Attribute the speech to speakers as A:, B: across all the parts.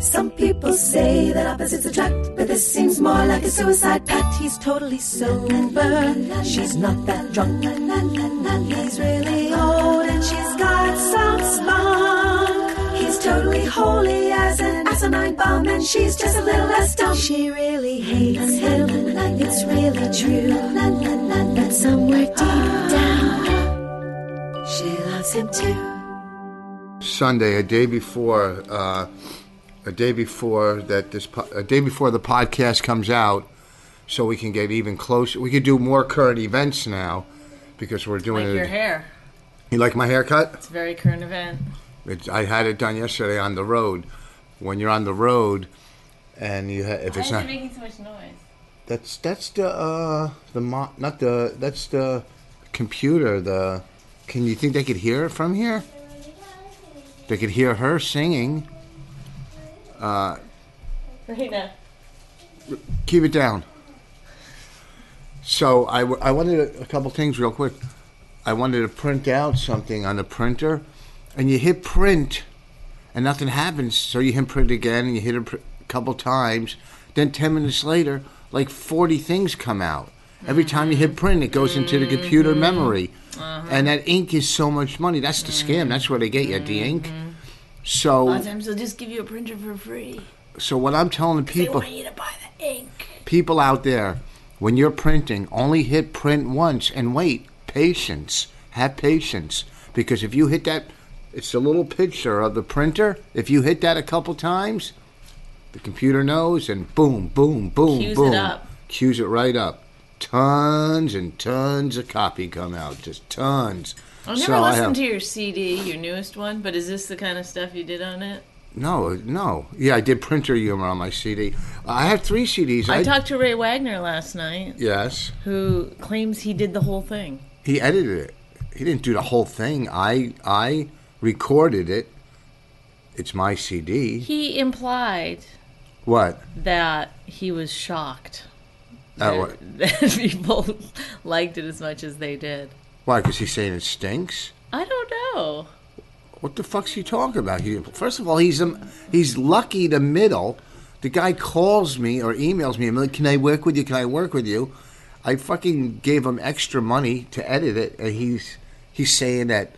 A: Some people say that opposites attract, but this seems more like a suicide pact. He's totally sober, she's not that drunk. He's really old and she's got some spunk. He's totally holy as an asinine bomb, and she's just a little less dumb. She really hates him, it's really true. But somewhere deep down, she loves him too.
B: Sunday, a day before, uh, a day before that this, po- a day before the podcast comes out, so we can get even closer. We could do more current events now because we're doing
C: Like
B: it.
C: your hair.
B: You like my haircut?
C: It's a very current event.
B: It's, I had it done yesterday on the road. When you're on the road, and you ha- if
C: Why
B: it's
C: is
B: not
C: it making so much noise?
B: that's that's the uh, the mo- not the that's the computer. The can you think they could hear it from here? They could hear her singing.
C: Right now.
B: keep it down. So I, w- I wanted a, a couple things real quick. I wanted to print out something on the printer, and you hit print, and nothing happens. So you hit print again, and you hit it pr- a couple times. Then ten minutes later, like forty things come out. Every time you hit print, it goes into the computer memory, and that ink is so much money. That's the scam. That's where they get you the ink. So
C: Sometimes they'll just give you a printer for free.
B: so what I'm telling the people
C: You to buy the ink.
B: people out there, when you're printing, only hit print once and wait. Patience. Have patience. Because if you hit that, it's a little picture of the printer. If you hit that a couple times, the computer knows and boom, boom, boom,
C: Cues it
B: boom.
C: up.
B: Cues it right up. Tons and tons of copy come out. Just tons.
C: I've never listened to your CD, your newest one, but is this the kind of stuff you did on it?
B: No, no. Yeah, I did printer humor on my CD. I have three CDs.
C: I talked to Ray Wagner last night,
B: Yes.
C: who claims he did the whole thing.
B: he edited it. He didn't do the whole thing. I I recorded it. It's my CD.
C: He implied
B: What?
C: that he was shocked
B: Uh,
C: that,
B: what?
C: that people liked it as much as they did.
B: Why? Because he's saying it stinks.
C: I don't know.
B: What the fuck's he talking about? He, first of all, he's um, he's lucky the middle. The guy calls me or emails me. I'm like, "Can I work with you? Can I work with you?" I fucking gave him extra money to edit it, and he's he's saying that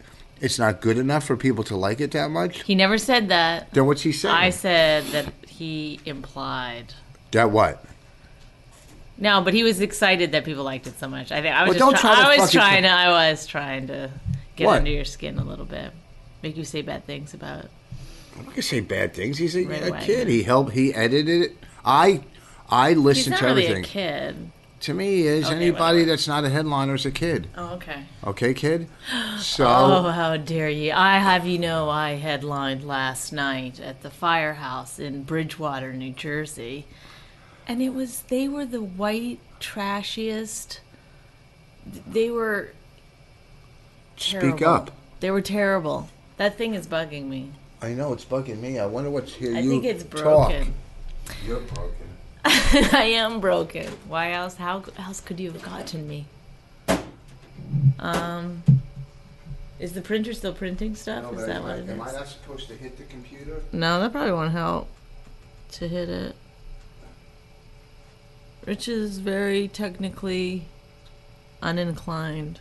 B: it's not good enough for people to like it that much.
C: He never said that.
B: Then what's he saying?
C: I said that he implied.
B: that what?
C: No, but he was excited that people liked it so much. I think I was
B: Well, don't
C: just
B: try to
C: I was
B: fucking-
C: trying to I was trying to get
B: What?
C: under your skin a little bit. Make you say bad things about it.
B: I'm not gonna say bad things. He's a,
C: Right
B: a
C: away.
B: kid. He helped. He edited it. I I
C: He's
B: listen
C: not
B: to
C: really
B: everything.
C: a kid.
B: To me, he is
C: Okay,
B: anybody
C: whatever.
B: that's not a headliner is a kid.
C: Oh, okay.
B: Okay, kid. So
C: Oh, how dare you. I have you know I headlined last night at the firehouse in Bridgewater, New Jersey. And it was they were the white trashiest they were
B: speak
C: terrible.
B: up.
C: They were terrible. That thing is bugging me.
B: I know it's bugging me. I wonder what's here.
C: I
B: you
C: think it's
B: talk.
C: broken.
B: You're broken.
C: I am broken. Why else? How else could you have gotten me? Um, is the printer still printing stuff?
B: No,
C: is
B: but
C: that
B: am,
C: what
B: I,
C: it
B: am I
C: is?
B: not supposed to hit the computer?
C: No, that probably won't help to hit it. Rich is very technically uninclined.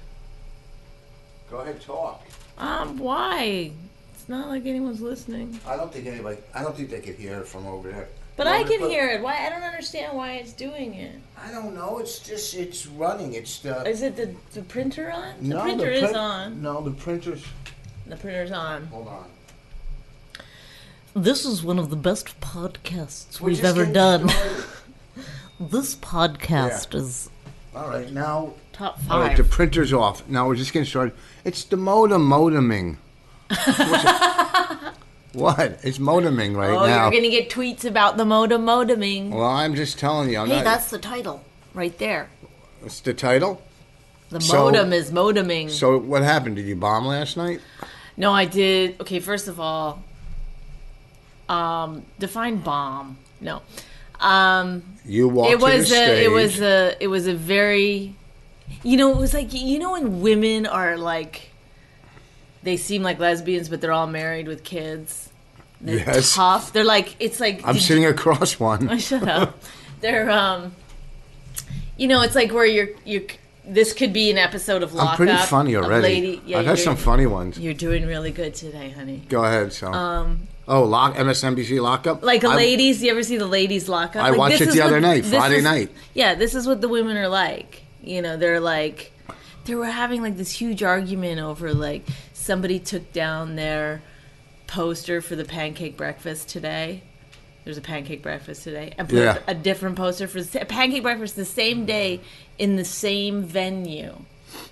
B: Go ahead, talk.
C: Um, why? It's not like anyone's listening.
B: I don't think anybody. I don't think they could hear it from over there.
C: But
B: You
C: I
B: want me to
C: can
B: put-
C: hear it. Why? I don't understand why it's doing it.
B: I don't know. It's just it's running. It's the.
C: Is it the, the printer on? The
B: no,
C: printer is
B: print-
C: on.
B: No, the printer's.
C: The printer's on.
B: Hold on.
C: This is one of the best podcasts
B: We're
C: we've
B: just
C: ever
B: getting
C: done.
B: started.
C: This podcast is
B: All right, now.
C: top
B: All right, the printer's off. Now we're just getting started. It's the modem modeming. what? It's modeming right
C: oh,
B: now.
C: you're gonna get tweets about the modem modeming.
B: Well, I'm just telling you. I'm
C: hey,
B: not,
C: that's the title right there.
B: it's the title.
C: The
B: So-
C: modem is modeming.
B: So what happened? Did you bomb last night?
C: No, I did. Okay, first of all, um, define bomb. No, um,
B: You walked
C: it was
B: to the
C: a,
B: stage.
C: it was uh, a, it was a very, you know, it was like you know when women are like, they seem like lesbians, but they're all married with kids. They're
B: Yes.
C: tough. They're like it's like
B: I'm
C: did Oh,
B: sitting across one.
C: Shut up. They're um, you know, it's like where you're you're. This could be an episode of Lockup.
B: I'm pretty funny
C: of
B: already.
C: Lady, yeah,
B: I've had
C: you're-
B: some funny ones.
C: You're doing really good today, honey.
B: Go ahead, so. oh, lock MSNBC lockup.
C: Um, like a
B: I-
C: ladies. You ever see the ladies lock up?
B: I
C: like,
B: watched
C: this
B: it
C: is
B: the other night,
C: this
B: Friday
C: is-
B: night.
C: Yeah, this is what the women are like. You know, they're like they were having like this huge argument over like somebody took down their poster for the pancake breakfast today. There's a pancake breakfast today, and put
B: Yeah.
C: a different poster for the sa- pancake breakfast the same day in the same venue.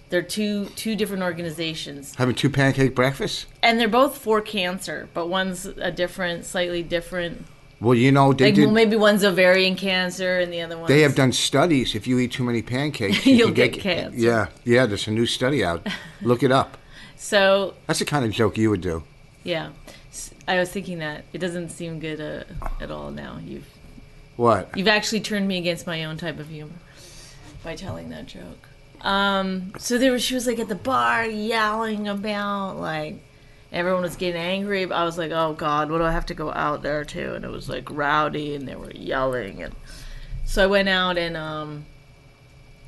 C: They're two two different organizations
B: having two pancake breakfasts.
C: and they're both for cancer, but one's a different, slightly different.
B: Well, you know they
C: Like
B: did.
C: well, maybe one's ovarian cancer and the other one.
B: they have done studies. If you eat too many pancakes,
C: You'll
B: can
C: get cancer.
B: Yeah, yeah. There's a new study out. Look it up.
C: So
B: That's the kind of joke you would do.
C: yeah, S- I was thinking that it doesn't seem good uh, at all now. You've
B: What?
C: you've actually turned me against my own type of humor by telling that joke. Um, so there was she was like at the bar yelling about like everyone was getting angry. I was like, oh god, what do I have to go out there to? And it was like rowdy and they were yelling and so I went out and um,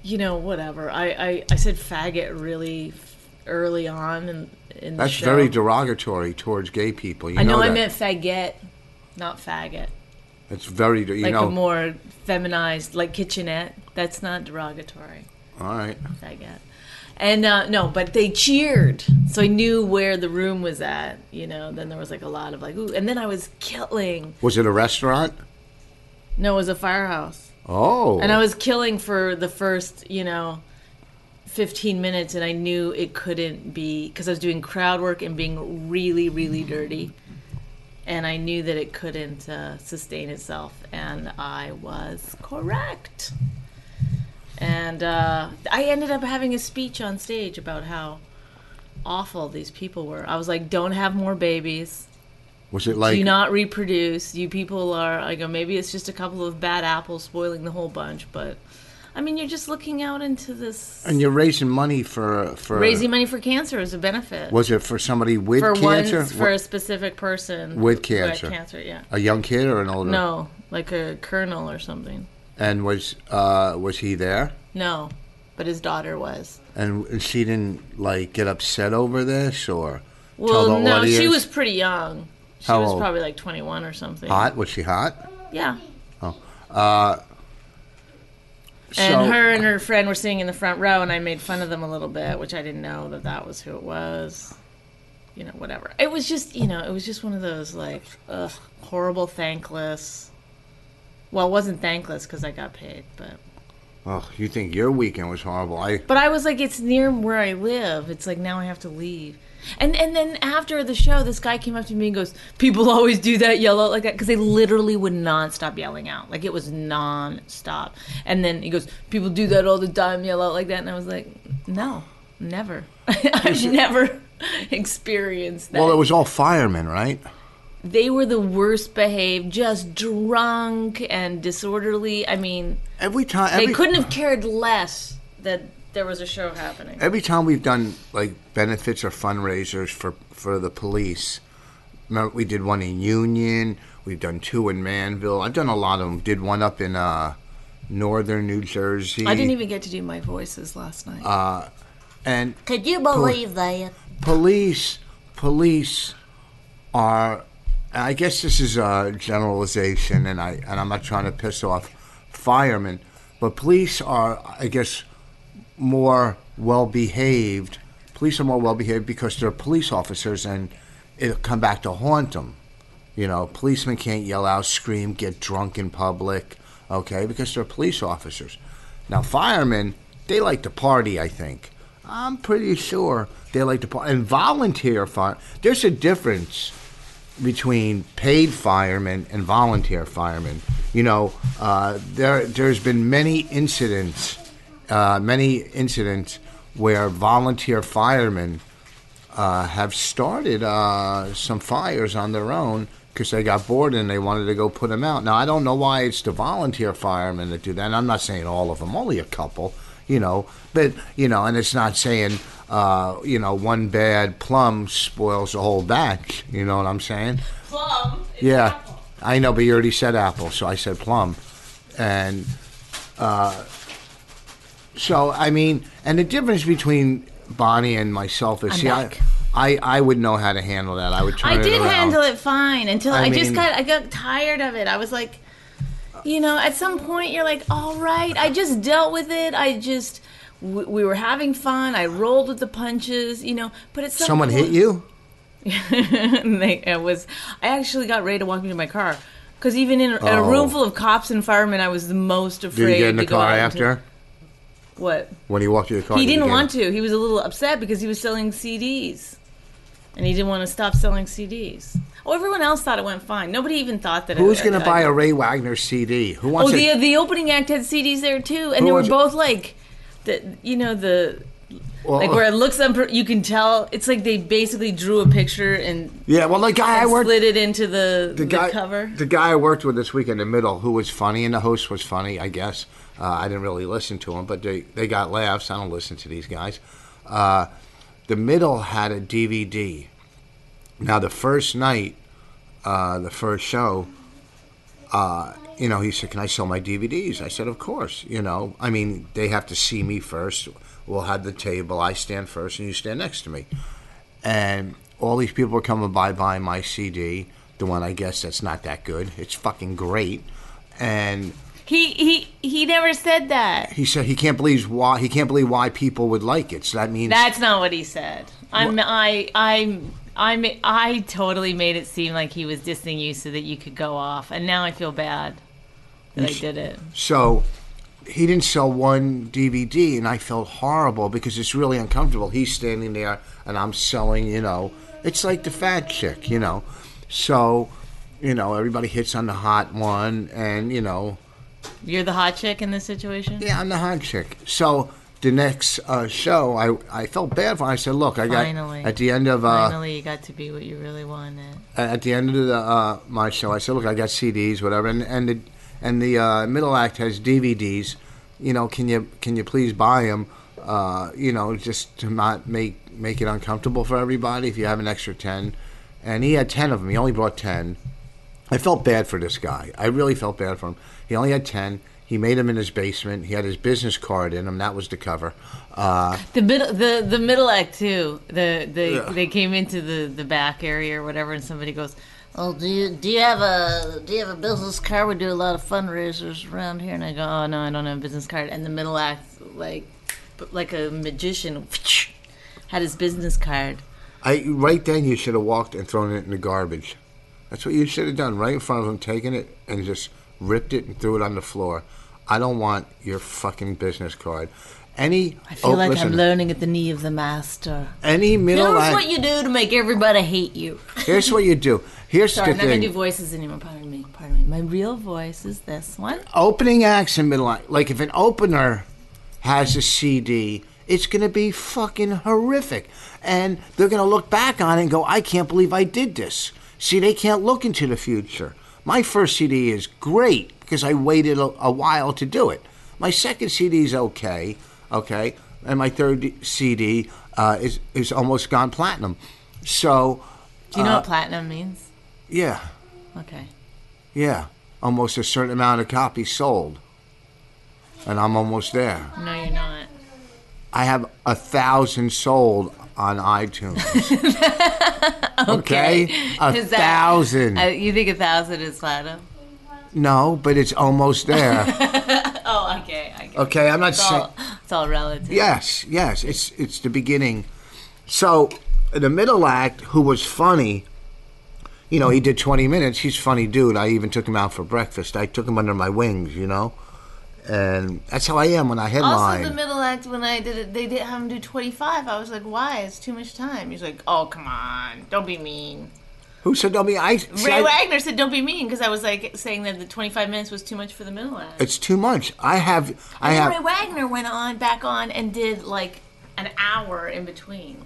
C: you know whatever. I I, I said faggot really f- early on in, in the
B: That's
C: show.
B: very derogatory towards gay people. You
C: I know, I
B: that.
C: meant faggot, not faggot
B: It's very, you
C: like
B: know.
C: a more feminized like kitchenette that's not derogatory
B: all right.
C: i get and uh, no but they cheered so i knew where the room was at you know then there was like a lot of like ooh and then i was killing
B: Was it a restaurant?
C: no it was a firehouse
B: Oh.
C: and i was killing for the first you know 15 minutes and i knew it couldn't be because i was doing crowd work and being really really dirty and i knew that it couldn't uh, sustain itself and i was correct and uh, i ended up having a speech on stage about how awful these people were i was like don't have more babies
B: Was it like?
C: do not reproduce. You people are I go maybe it's just a couple of bad apples spoiling the whole bunch, but I mean you're just looking out into this
B: and you're raising money for for.
C: raising money for cancer is a benefit.
B: Was it for somebody with
C: for
B: cancer?
C: one for a specific person
B: With
C: who had
B: cancer. Uh-huh.
C: cancer, yeah.
B: a young kid or an older?
C: No, like a colonel or something.
B: And was uh, was he there?
C: No, but his daughter was.
B: And she didn't like get upset over this or tell
C: Well,
B: the
C: no,
B: audience.
C: she was pretty young. She
B: How
C: was
B: old?
C: probably like 21 or something.
B: hot. Was she hot?
C: Yeah.
B: so,
C: And her and her friend were sitting in the front row, and I made fun of them a little bit, which I didn't know that that was who it was. You know, whatever. It was just, you know, it was just one of those like, ugh, horrible, thankless. Well, it wasn't thankless because I got paid, but
B: Oh, you think your weekend was horrible? I
C: but I was like, it's near where I live. It's like now I have to leave. And and then after the show, this guy came up to me and goes, "People always do that, yell out like that," because they literally would not stop yelling out. Like it was non-stop. And then he goes, "People do that all the time, yell out like that." And I was like, "No, never. I've never experienced that."
B: well, it was all firemen, right?
C: they were the worst behaved, just drunk and disorderly. I mean,
B: Every time,
C: they
B: every,
C: couldn't have cared less that there was a show happening.
B: every time we've done like benefits or fundraisers for for the police remember we did one in union we've done two in manville i've done a lot of them did one up in uh northern new jersey
C: I didn't even get to do my voices last night.
B: Uh, and
C: Could you believe that?
B: police police are and I guess this is a generalization and I and I'm not trying to piss off firemen, but police are I guess more well behaved. Police are more well behaved because they're police officers and it'll come back to haunt them. You know, policemen can't yell out, scream, get drunk in public, okay, because they're police officers. Now, firemen, they like to party, I think. I'm pretty sure they like to party. And volunteer fire, there's a difference between paid firemen and volunteer firemen. You know, uh, there there's been many incidents, uh, many incidents where volunteer firemen uh, have started uh, some fires on their own because they got bored and they wanted to go put them out. Now I don't know why it's the volunteer firemen that do that. And I'm not saying all of them, only a couple, you know. But you know, and it's not saying uh, you know one bad plum spoils the whole batch. You know what I'm saying?
D: Plum. is
B: Yeah,
D: apple.
B: I know, but you already said apple, so I said plum, and uh, so I mean, and the difference between Bonnie and myself is,
C: I'm
B: see, I,
C: back.
B: I, I would know how to handle that. I would turn
C: I
B: it
C: did
B: around.
C: handle it fine until
B: I
C: I, just
B: mean-
C: got I got tired of it. I was like, you know, at some point you're like, all right, I just dealt with it. I just we, we were having fun. I rolled with the punches, you know. But at some
B: Someone hit
C: point-
B: you?
C: and they, it was I actually got ready to walk into my car because even in, a in a
B: Oh.
C: room full of cops and firemen, I was the most
B: Did
C: afraid
B: you get in the
C: to go
B: car
C: out into-
B: after
C: what
B: when you walked to the car?
C: he
B: did you
C: didn't
B: get-
C: want to. He was a little upset because he was selling CDs, and he didn't want to stop selling CDs. Oh, everyone else thought it went fine. Nobody even thought that.
B: Who's
C: it,
B: going to
C: I-
B: buy a Ray Wagner CD? Who
C: Oh,
B: wants
C: the
B: it?
C: the opening act had CDs there too, and
B: Who
C: they were
B: was it?
C: both like, the you know the. Like where it looks, unpro- you can tell it's like they basically drew a picture and
B: yeah, well, the guy I
C: and
B: worked
C: slid it into the, the,
B: the guy,
C: cover.
B: The guy I worked with this week in the middle, who was funny, and the host was funny, I guess. Uh, I didn't really listen to him, but they, they got laughs. I don't listen to these guys. Uh, the middle had a DVD. Now, the first night, uh, the first show, uh, you know, he said, Can I sell my DVDs? I said, Of course. You know, I mean, they have to see me first. We'll have the table. I stand first, and you stand next to me and all these people are coming by buying my CD, the one I guess that's not that good. It's fucking great. And
C: He he he never said that.
B: he said he can't believe why he can't believe why people would like it. So that means
C: That's not what he said. I'm I I'm. I'm, I totally made it seem like he was dissing you so that you could go off, and now I feel bad that I did it.
B: so he didn't sell one DVD, and I felt horrible because it's really uncomfortable. He's standing there, and I'm selling. You know, it's like the fat chick. You know, so you know everybody hits on the hot one, and you know
C: You're the hot chick in this situation.
B: Yeah, I'm the hot chick. So the next uh, show, I I felt bad for. her. I said, look, I got
C: Finally.
B: at the end of uh,
C: Finally, you got to be what you really wanted.
B: at the end of the, uh, my show, I said, look, I got CDs, whatever, and and the and the uh, middle act has DVDs. You know, can you can you please buy them? Uh, you know, just to not make make it uncomfortable for everybody. If you have an extra ten, and he had ten of them, he only brought ten. I felt bad for this guy. I really felt bad for him. He only had ten. He made them in his basement. He had his business card in him. That was the cover. Uh,
C: The middle, the the middle act too. The the they came into the the back area or whatever, and somebody goes, "Oh, do you do you have a do you have a business card? We do a lot of fundraisers around here." And I go, "Oh no, I don't have a business card." And the middle act, like like a magician, had his business card.
B: I right then you should have walked and thrown it in the garbage. That's what you should have done right in front of him, taken it and just ripped it and threw it on the floor. I don't want your fucking business card. Any
C: I feel
B: oh,
C: like
B: listen,
C: I'm learning at the knee of the master.
B: any
C: Here's
B: middle act.
C: what you do to make everybody hate you.
B: here's what you do. Here's
C: Sorry, I'm
B: the
C: not gonna
B: thing.
C: do voices anymore. Pardon me. Pardon me. My real voice is this one.
B: opening acts and middle act. Like if an opener has a CD, it's going to be fucking horrific, and they're going to look back on it and go, "I can't believe I did this." See, they can't look into the future. My first CD is great because I waited a, a while to do it. My second CD is okay, okay, and my third CD uh, is is almost gone platinum. So,
C: Do you know what
B: Uh,
C: platinum means?
B: yeah,
C: Okay.
B: yeah, almost a certain amount of copies sold, and I'm almost there.
C: No, you're not.
B: I have a thousand sold on iTunes. okay. a
C: Is that-
B: thousand.
C: Uh, you think a thousand is platinum?
B: no, but it's almost there.
C: Oh, okay. I get it.
B: Okay, I'm not
C: It's
B: saying.
C: all, it's all relative.
B: Yes, yes, it's it's the beginning. So the middle act, who was funny, you know, he did 20 minutes. He's a funny dude. I even took him out for breakfast. I took him under my wings, you know, and that's how I am when I headline.
C: Also, the middle act when I did it, they did have him do 25. I was like, why? It's too much time. He's like, oh, come on, don't be mean.
B: who said? I mean, I. see,
C: Ray
B: I-
C: Wagner said, don't be mean because I was like saying that the 25 minutes was too much for the middle act.
B: it's too much. I have. I
C: And
B: have.
C: Ray Wagner went on back on and did like an hour in between.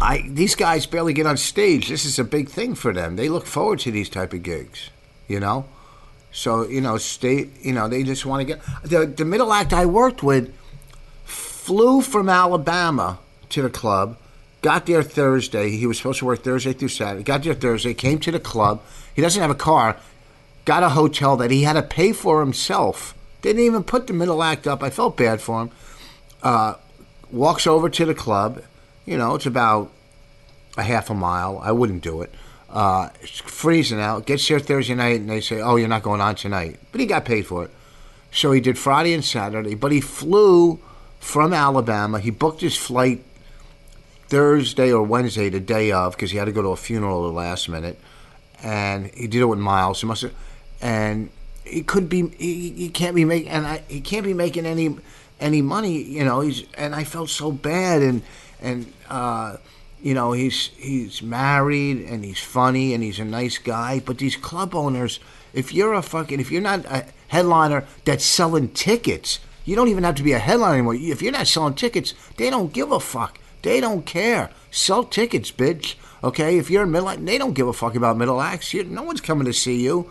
B: I these guys barely get on stage. This is a big thing for them. They look forward to these type of gigs, you know. So you know, stay. You know, they just want to get the the middle act I worked with flew from Alabama to the club. Got there Thursday. He was supposed to work Thursday through Saturday. Got there Thursday. Came to the club. He doesn't have a car. Got a hotel that he had to pay for himself. Didn't even put the middle act up. I felt bad for him. Uh, walks over to the club. You know, it's about a half a mile. I wouldn't do it. Uh, it's freezing out. Gets there Thursday night, and they say, "Oh, you're not going on tonight." But he got paid for it, so he did Friday and Saturday. But he flew from Alabama. He booked his flight Thursday or Wednesday, the day of, because he had to go to a funeral at the last minute, and he did it with Miles. He must have, and he could be, he, he can't be making, and I, he can't be making any any money. You know, he's and I felt so bad, and and uh, you know he's he's married and he's funny and he's a nice guy, but these club owners, if you're a fucking if you're not a headliner that's selling tickets. You don't even have to be a headliner anymore. If you're not selling tickets, they don't give a fuck. They don't care. Sell tickets, bitch. Okay, if you're in middle act, they don't give a fuck about middle acts. You, no one's coming to see you.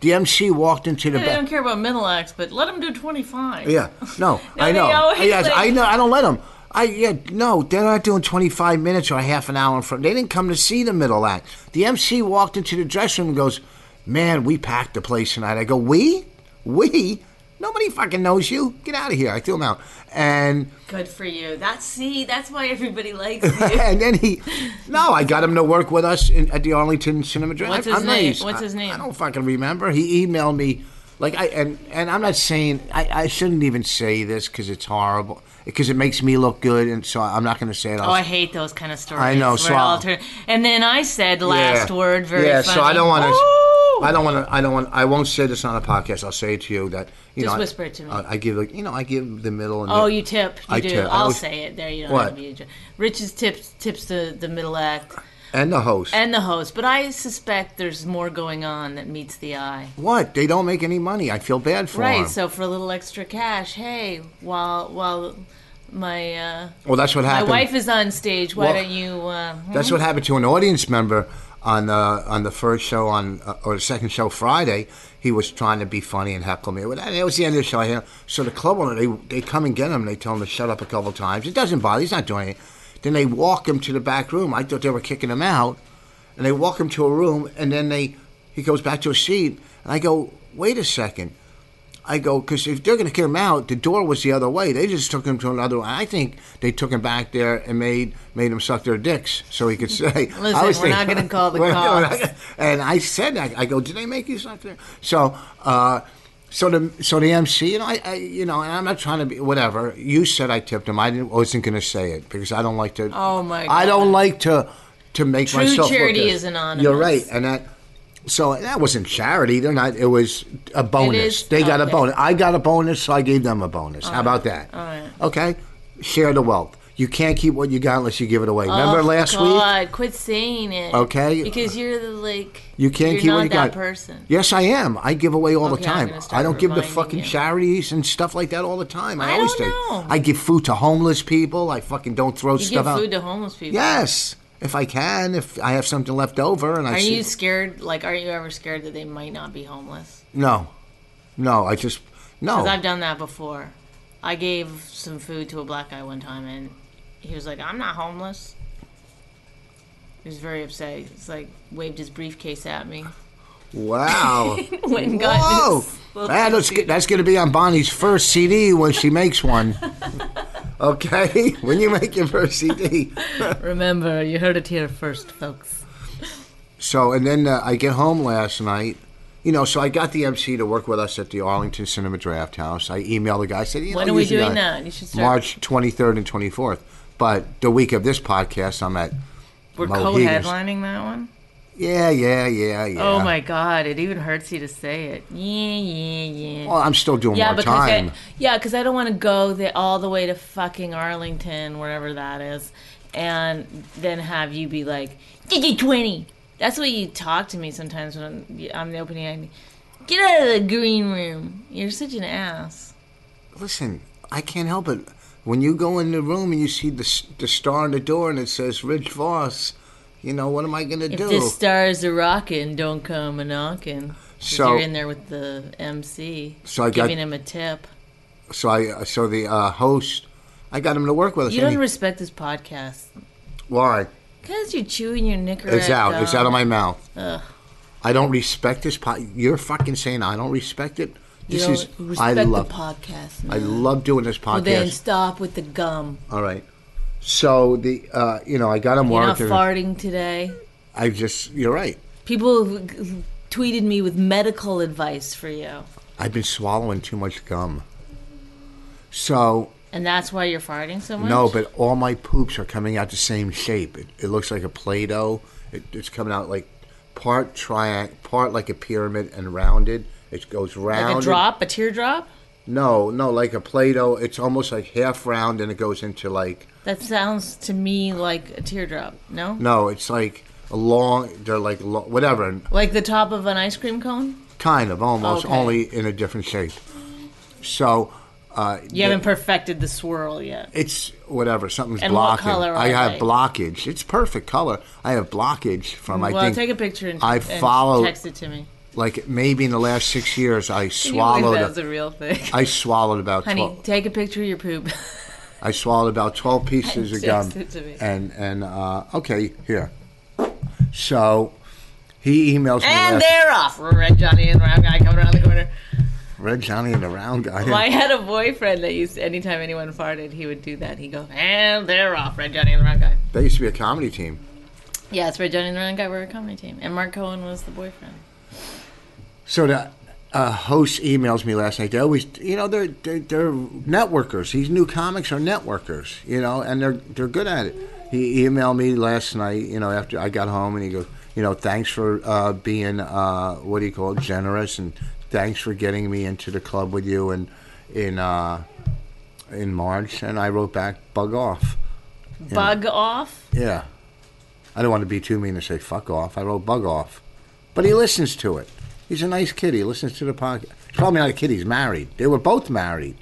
B: The MC walked into the
C: They
B: back.
C: don't care about middle acts, but let them do 25.
B: Yeah, no, I
C: they
B: know.
C: always
B: Yes, I
C: like-
B: know. I don't let them. I yeah, no, they're not doing 25 minutes or a half an hour in front. They didn't come to see the middle act. The MC walked into the dressing room and goes, "Man, we packed the place tonight." I go, "We, we." Nobody fucking knows you. Get out of here. I threw him out. And
C: Good for you. That's see, that's why everybody likes you.
B: and then he, no, I got him to work with us in, at the Arlington Cinema. Drive.
C: What's his
B: I'm not
C: name?
B: used-
C: What's his
B: I-
C: name?
B: I don't fucking remember. He emailed me, like I and and I'm not saying I, I shouldn't even say this because it's horrible because it makes me look good and so I'm not going to say it.
C: Oh, I hate those kind of stories.
B: I know,
C: where
B: so
C: it all
B: I'll-
C: turn- and then I said last word. Very
B: Yeah,
C: funny. Oh,
B: so I don't want
C: Woo!
B: to. I don't want to. I don't want. I won't say this on a podcast. I'll say it to you that you
C: Just
B: know. I-
C: whisper it to me.
B: I, I give like you know I give the middle. And
C: Oh,
B: the-
C: you tip. You
B: I
C: do.
B: tip. I
C: I'll
B: always-
C: say it. There you don't
B: What?
C: have to be a jerk. Rich's tips tips the the middle act
B: and the host.
C: and the host, but I suspect there's more going on that meets the eye.
B: what they don't make any money. I feel bad for
C: Right.
B: them.
C: So for a little extra cash, hey, while while my uh,
B: well, that's what
C: my
B: happened.
C: wife is on stage, why
B: Well,
C: don't you? Uh, hmm?
B: That's what happened to an audience member on the on the first show on uh, or the second show Friday. He was trying to be funny and heckle me. Well, that that was the end of the show. I hear. So the club owner they they come and get him. and They tell him to shut up a couple times. It doesn't bother. He's not doing anything. Then they walk him to the back room. I thought they were kicking him out, and they walk him to a room. And then they he goes back to his seat. And I go, wait a second. I go because if they're going to kick him out, the door was the other way. They just took him to another. I think they took him back there and made made him suck their dicks so he could say. I
C: Listen,
B: was
C: we're not gonna call the
B: We're not- we're not
C: cops.
B: gonna- and I said, I, I go, did they make you suck their? So, uh, so the so the MC, you know, I, I you know, and I'm not trying to be whatever. You said I tipped him. I didn't, wasn't going to say it because I don't like to.
C: Oh, my
B: I don't
C: God.
B: like to to make
C: True
B: myself. look
C: charity
B: good.
C: is anonymous.
B: You're right, and that. So that wasn't charity. They're not. It was a bonus.
C: is?
B: They got a
C: Okay.
B: bonus. I got a bonus, so I gave them a bonus. How about that?
C: All right.
B: Okay. Share the wealth. You can't keep what you got unless you give it away. Remember last week?
C: Oh, God, quit saying it.
B: Okay.
C: Because you're the like
B: You can't
C: you're
B: keep
C: not
B: what you
C: that
B: got.
C: person.
B: Yes, I am. I give away all the
C: Okay, I'm
B: time.
C: gonna start
B: I don't give the
C: reminding
B: fucking
C: you.
B: charities and stuff like that all the time. I,
C: I
B: always
C: don't
B: take.
C: know.
B: I give food to homeless people. I fucking don't throw
C: You
B: stuff
C: give
B: out.
C: food to homeless people.
B: yes, if I can, if I have something left over, and I
C: Are
B: see.
C: you scared? Like, are you ever scared that they might not be homeless?
B: no, no, I just no.
C: Because I've done that before. I gave some food to a black guy one time, and he was like, "I'm not homeless." He was very upset. He's like, waved his briefcase at me.
B: Wow.
C: Went and got
B: Whoa!
C: his little
B: That looks
C: computer.
B: good. That's going to be on Bonnie's first CD when she makes one. Okay, when you make your first CD.
C: Remember, you heard it here first, folks.
B: So, and then uh, I get home last night. You know, so I got the MC to work with us at the Arlington Cinema Draft House. I emailed the guy. I said, you
C: When
B: know,
C: are we
B: usually
C: doing
B: I-
C: that? You should start.
B: March 23rd and 24th. But the week of this podcast, I'm at.
C: We're
B: Mohegan.
C: co-headlining that one.
B: Yeah, yeah, yeah, yeah.
C: Oh my god! It even hurts you to say it. Yeah, yeah, yeah.
B: Well, I'm still doing
C: Yeah,
B: more
C: because
B: time.
C: I, yeah, 'cause I don't want to go the, all the way to fucking Arlington, wherever that is, and then have you be like, "Get twenty. That's what you talk to me sometimes when I'm, I'm the opening. act. Get out of the green room. You're such an ass.
B: Listen, I can't help it. When you go in the room and you see the s- the star on the door and it says Rich Voss, you know what am I gonna
C: If
B: do?
C: the stars are rocking, don't come a knocking.
B: So-
C: you're in there with the MC,
B: So I got-
C: giving him a tip.
B: so I so the uh, host, I got him to work with us.
C: You
B: and
C: don't
B: he-
C: respect this podcast
B: Why?
C: because you're chewing your knicker.
B: It's out. It's out of
C: um,
B: my mouth.
C: Ugh.
B: I don't respect this pot. You're fucking saying I don't respect it.
C: You
B: This
C: don't
B: is
C: respect
B: I love.
C: the podcast.
B: I
C: Man.
B: love doing this
C: Well,
B: podcast.
C: then stop with the gum.
B: All right. So the uh, you know I got him
C: You're not
B: worked. and
C: farting today.
B: I just you're right.
C: People who- who tweeted me with medical advice for you,
B: I've been swallowing too much gum. So
C: and that's why you're farting so much.
B: no, but all my poops are coming out the same shape. It, it looks like a play-doh. It, it's coming out like part triangle, part like a pyramid and rounded. It goes round.
C: like a
B: and-
C: drop, a teardrop.
B: No, no, like a play-doh. It's almost like half round and it goes into like
C: That sounds to me like a teardrop. No,
B: no, it's like a long. They're like lo- whatever. and
C: like the top of an ice cream cone.
B: Kind of, almost,
C: Okay.
B: only in a different shape. So, uh,
C: You haven't perfected the swirl yet.
B: it's whatever. Something's
C: And what
B: blocking.
C: color are
B: I have
C: they?
B: blockage. It's perfect color. I have blockage from. I
C: well,
B: think
C: take a picture and,
B: I
C: and
B: follow-
C: text it to me.
B: like maybe in the last six years I
C: Can you believe
B: swallowed.
C: that was
B: a-
C: a real thing.
B: I swallowed about.
C: Honey,
B: 12,
C: take a picture of your poop.
B: I swallowed about twelve pieces of gum.
C: Text it to me.
B: And and uh, okay, here. So, he emails me.
C: and
B: last-
C: they're off. Red Johnny and Round Guy coming around the corner.
B: Red Johnny and the round guy.
C: Well, I had a boyfriend that used to, anytime anyone farted, he would do that. He'd go, and they're off. Red Johnny and the Round Guy.
B: They used to be a comedy team.
C: Yeah, it's Red Johnny and the Round Guy. We're a comedy team. And Mark Cohen was the boyfriend.
B: So the uh, host emails me last night. They always, you know, they're, they're they're networkers. These new comics are networkers, you know, and they're they're good at it. He emailed me last night, you know, after I got home, and he goes, you know, thanks for uh, being uh, what do you call it, generous, and thanks for getting me into the club with you and in uh, in March. And I wrote back, bug off.
C: Bug off?
B: Yeah, I don't want to be too mean to say fuck off. I wrote bug off, but he listens to it. He's a nice kid. He listens to the podcast. He's probably not a kid. He's married. They were both married.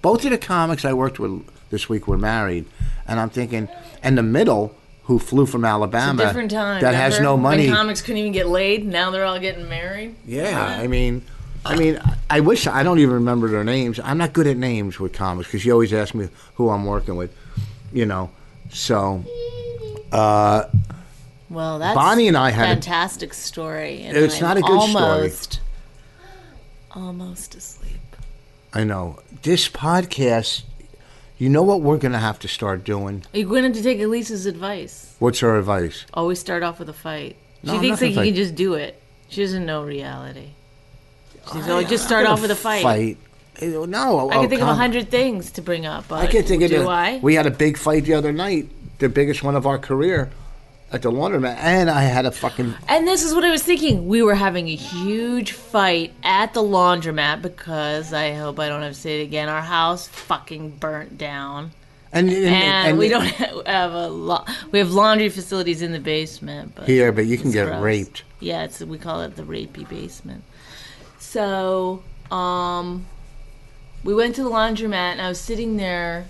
B: Both of the comics I worked with this week were married, and I'm thinking, and the middle who flew from Alabama,
C: Different time.
B: that has no
C: remember?
B: money.
C: When comics couldn't even get laid. Now they're all getting married.
B: Yeah, I mean, I mean, I wish I don't even remember their names. I'm not good at names with comics because you always ask me who I'm working with, you know. So uh,
C: Well, that's
B: Bonnie and I had a-
C: fantastic story. And
B: It's
C: I'm
B: not a good story.
C: almost, Almost asleep.
B: I know this podcast. You know what we're gonna have to start doing?
C: You're going to have to take Elisa's advice.
B: What's her advice?
C: Always start off with a fight. She
B: No, I'm
C: thinks
B: not
C: that you
B: gonna
C: can
B: fight.
C: just do it. She doesn't know reality. She's always Oh, just start off with a fight.
B: Fight? Eh, No,
C: I can think of a hundred things to bring up. But
B: I can think of.
C: do
B: the-
C: I?
B: We had a big fight the other night, the biggest one of our career, at the laundromat, and I had a fucking.
C: And this is what I was thinking. We were having a huge fight at the laundromat because I hope I don't have to say it again. Our house fucking burnt down.
B: And, and,
C: and,
B: and-
C: we don't have a lot. We have laundry facilities in the basement, but
B: here, but you can
C: it's
B: get
C: gross.
B: raped.
C: Yeah, it's we call it the rapey basement. So, um, we went to the laundromat, and I was sitting there.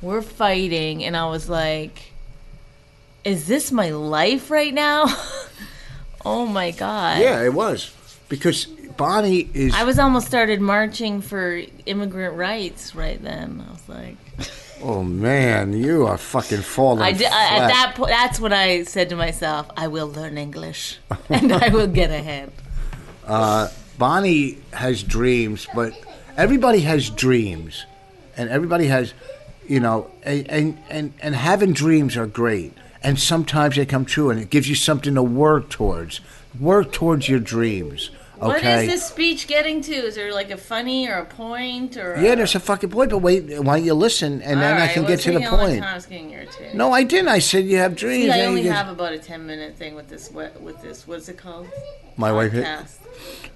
C: We're fighting, and I was like, "Is this my life right now?" oh my god!
B: Yeah, it was because Bonnie is.
C: I was almost started marching for immigrant rights right then. I was like.
B: oh man, you are fucking falling.
C: I, d- I- at
B: flat.
C: that point, that's when I said to myself, "I will learn English and I will get ahead."
B: Bonnie has dreams, but everybody has dreams, and everybody has, you know, and and and, and having dreams are great, and sometimes they come true, and it gives you something to work towards. Work towards your dreams. Okay.
C: What is this speech getting to? Is there like a funny or a point or?
B: Yeah, there's a fucking point, but wait, why don't you listen, and then I can get to the point.
C: I was getting irritated.
B: No, I didn't. I said you have dreams.
C: See,
B: and
C: I
B: you
C: only
B: just-
C: have about a ten-minute thing with this. What with this? What's it called?
B: my wife. hit-
C: Podcast.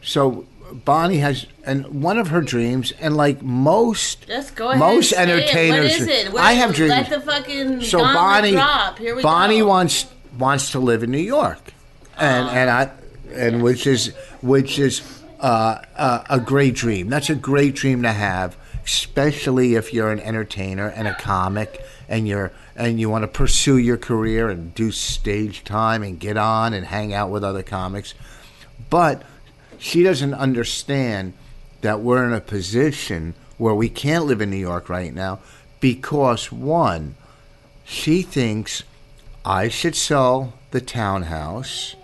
B: So Bonnie has, and one of her dreams, and like most,
C: Just go ahead.
B: most
C: and say
B: entertainers,
C: It. What is it? What-
B: I have dreams.
C: Let the fucking
B: So
C: gauntlet
B: Bonnie,
C: drop. Here we
B: Bonnie
C: go. Ah.
B: wants wants to live in New York, and and I and which is which is uh, uh, a great dream. That's a great dream to have. especially if you're an entertainer and a comic and you're and you want to pursue your career and do stage time and get on and hang out with other comics. But she doesn't understand that we're in a position where we can't live in New York right now because one, she thinks I should sell the townhouse.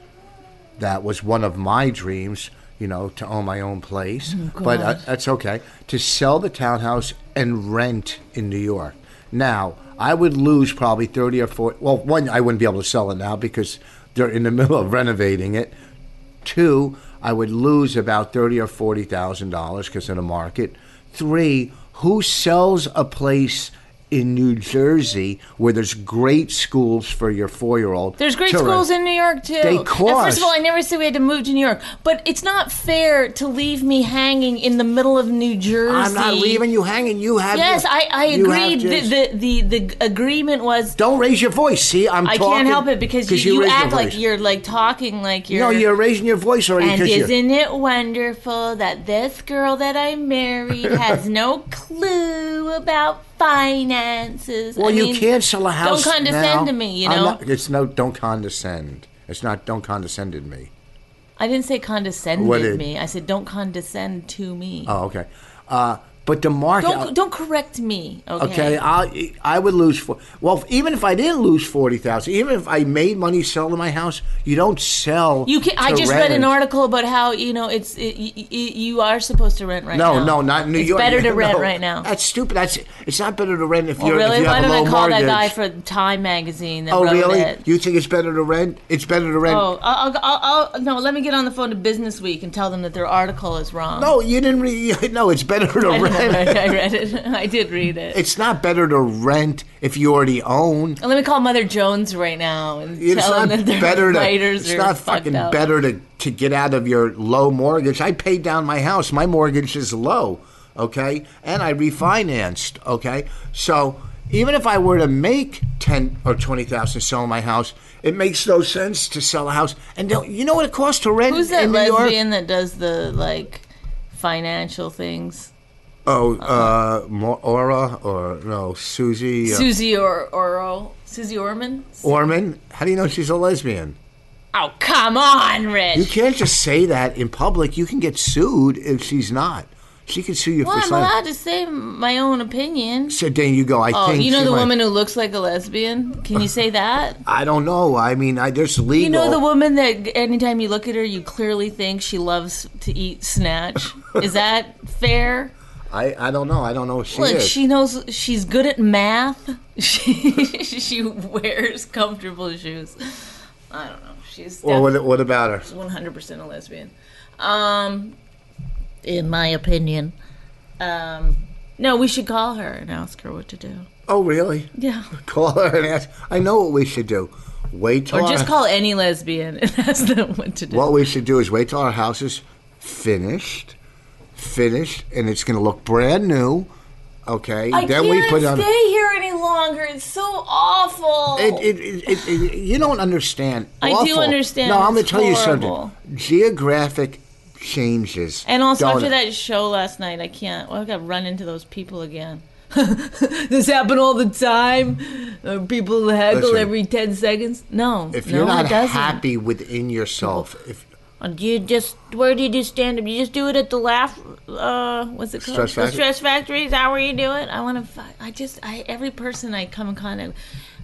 B: That was one of my dreams, you know, to own my own place.
C: Oh,
B: but uh, that's okay. To sell the townhouse and rent in New York. Now, I would lose probably 30 or 40. Well, one, I wouldn't be able to sell it now because they're in the middle of renovating it. Two, I would lose about thirty or forty thousand dollars because of the market. Three, who sells a place in New Jersey where there's great schools for your four-year-old?
C: There's great schools in New York too.
B: They
C: And first
B: cost.
C: of all, I never said we had to move to New York, but it's not fair to leave me hanging in the middle of New Jersey.
B: I'm not leaving you hanging. You have
C: Yes,
B: your-
C: I, I
B: you have
C: agreed.
B: just-
C: The, the the the agreement was
B: don't raise your voice. See, I'm.
C: I
B: talking
C: can't help it because you, you
B: raised your
C: act like
B: voice.
C: you're like talking like you're.
B: No, you're raising your voice already.
C: and
B: 'cause you're-
C: isn't it wonderful that this girl that I married has no clue about finances?
B: Well,
C: I
B: you
C: mean,
B: can't sell a house.
C: Don't condescend
B: now.
C: to me. You
B: I'm
C: know,
B: not- it's no. Don't condescend. It's not. Don't condescended me.
C: I didn't say condescended
B: What did-
C: me. I said don't condescend to me.
B: Oh, okay. Uh, but the market.
C: don't don't correct me. Okay.
B: Okay, I I would lose four. Well, even if I didn't lose forty thousand, even if I made money selling my house, you don't sell.
C: You can.
B: to
C: I just read an
B: rent.
C: article about how you know it's it, y- y- you are supposed to rent right
B: No,
C: now.
B: no, not in New
C: it's
B: York.
C: Better to rent
B: No,
C: right now.
B: That's stupid. That's it's not better to rent if
C: Well,
B: you're
C: really?
B: if you
C: Why
B: have a
C: don't
B: low
C: I call
B: mortgage.
C: that guy for Time magazine that
B: oh,
C: wrote
B: really?
C: it?
B: You think it's better to rent? It's better to rent.
C: Oh, I'll, I'll, I'll, I'll- no. Let me get on the phone to Business Week and tell them that their article is wrong.
B: No, you didn't. Re- no, it's better to rent.
C: I, I read it. I did read it.
B: It's not better to rent if you already own.
C: let me call Mother Jones right now and
B: It's
C: tell
B: not
C: them that their
B: better to.
C: writers
B: It's
C: are
B: not
C: fucked
B: fucking
C: up.
B: better to to get out of your low mortgage. I paid down my house. My mortgage is low, okay, and I refinanced, okay. So even if I were to make ten or twenty thousand selling my house, it makes no sense to sell a house. And don't, you know what it costs to rent
C: Who's
B: in
C: that
B: New York?
C: lesbian that does the like financial things?
B: Oh, uh, Mo- Aura or no Susie uh,
C: Susie or Oro? Susie Orman?
B: Orman. How do you know she's a lesbian?
C: Oh come on,
B: You
C: Rich.
B: can't just say that in public. You can get sued if she's not. She could sue you
C: Well,
B: for
C: I'm
B: something.
C: allowed to say my own opinion.
B: So then you go. I
C: Oh,
B: think
C: you know
B: she
C: the
B: might-
C: woman who looks like a lesbian? Can you say that?
B: I don't know. I mean, I, there's legal.
C: You know the woman that anytime you look at her, you clearly think she loves to eat snatch. Is that fair?
B: I, I don't know. I don't know. If she
C: Look,
B: is.
C: she knows she's good at math. She she wears comfortable shoes. I don't know. She's
B: Well, what, what about her?
C: one hundred percent a lesbian. Um, in my opinion. Um, no, we should call her and ask her what to do.
B: Oh, really?
C: Yeah,
B: Call her and ask. I know what we should do. Wait till
C: or just
B: our-
C: call any lesbian and ask them what to do.
B: What we should do is wait till our house is finished, finished, and it's going to look brand new. Okay.
C: I
B: then
C: can't
B: we put on.
C: stay here any longer. It's so awful.
B: It, it, it, it, it- you don't understand.
C: Oh. I do
B: Awful.
C: understand.
B: No, I'm
C: It's
B: gonna tell
C: horrible.
B: you something. Geographic changes.
C: and also
B: don't
C: after
B: it?
C: that show last night, I can't. Well, I got run into those people again. this happen all the time. Uh, people haggle
B: Listen.
C: every ten seconds. No,
B: If
C: no,
B: you're not
C: it doesn't.
B: happy within yourself, if
C: Uh, Do you just where do you do stand up? You just do it at the laugh. Uh, what's it called?
B: Stress
C: the
B: Factory?
C: stress factory. Is that where you do it? I want to. I just. I every person I come in contact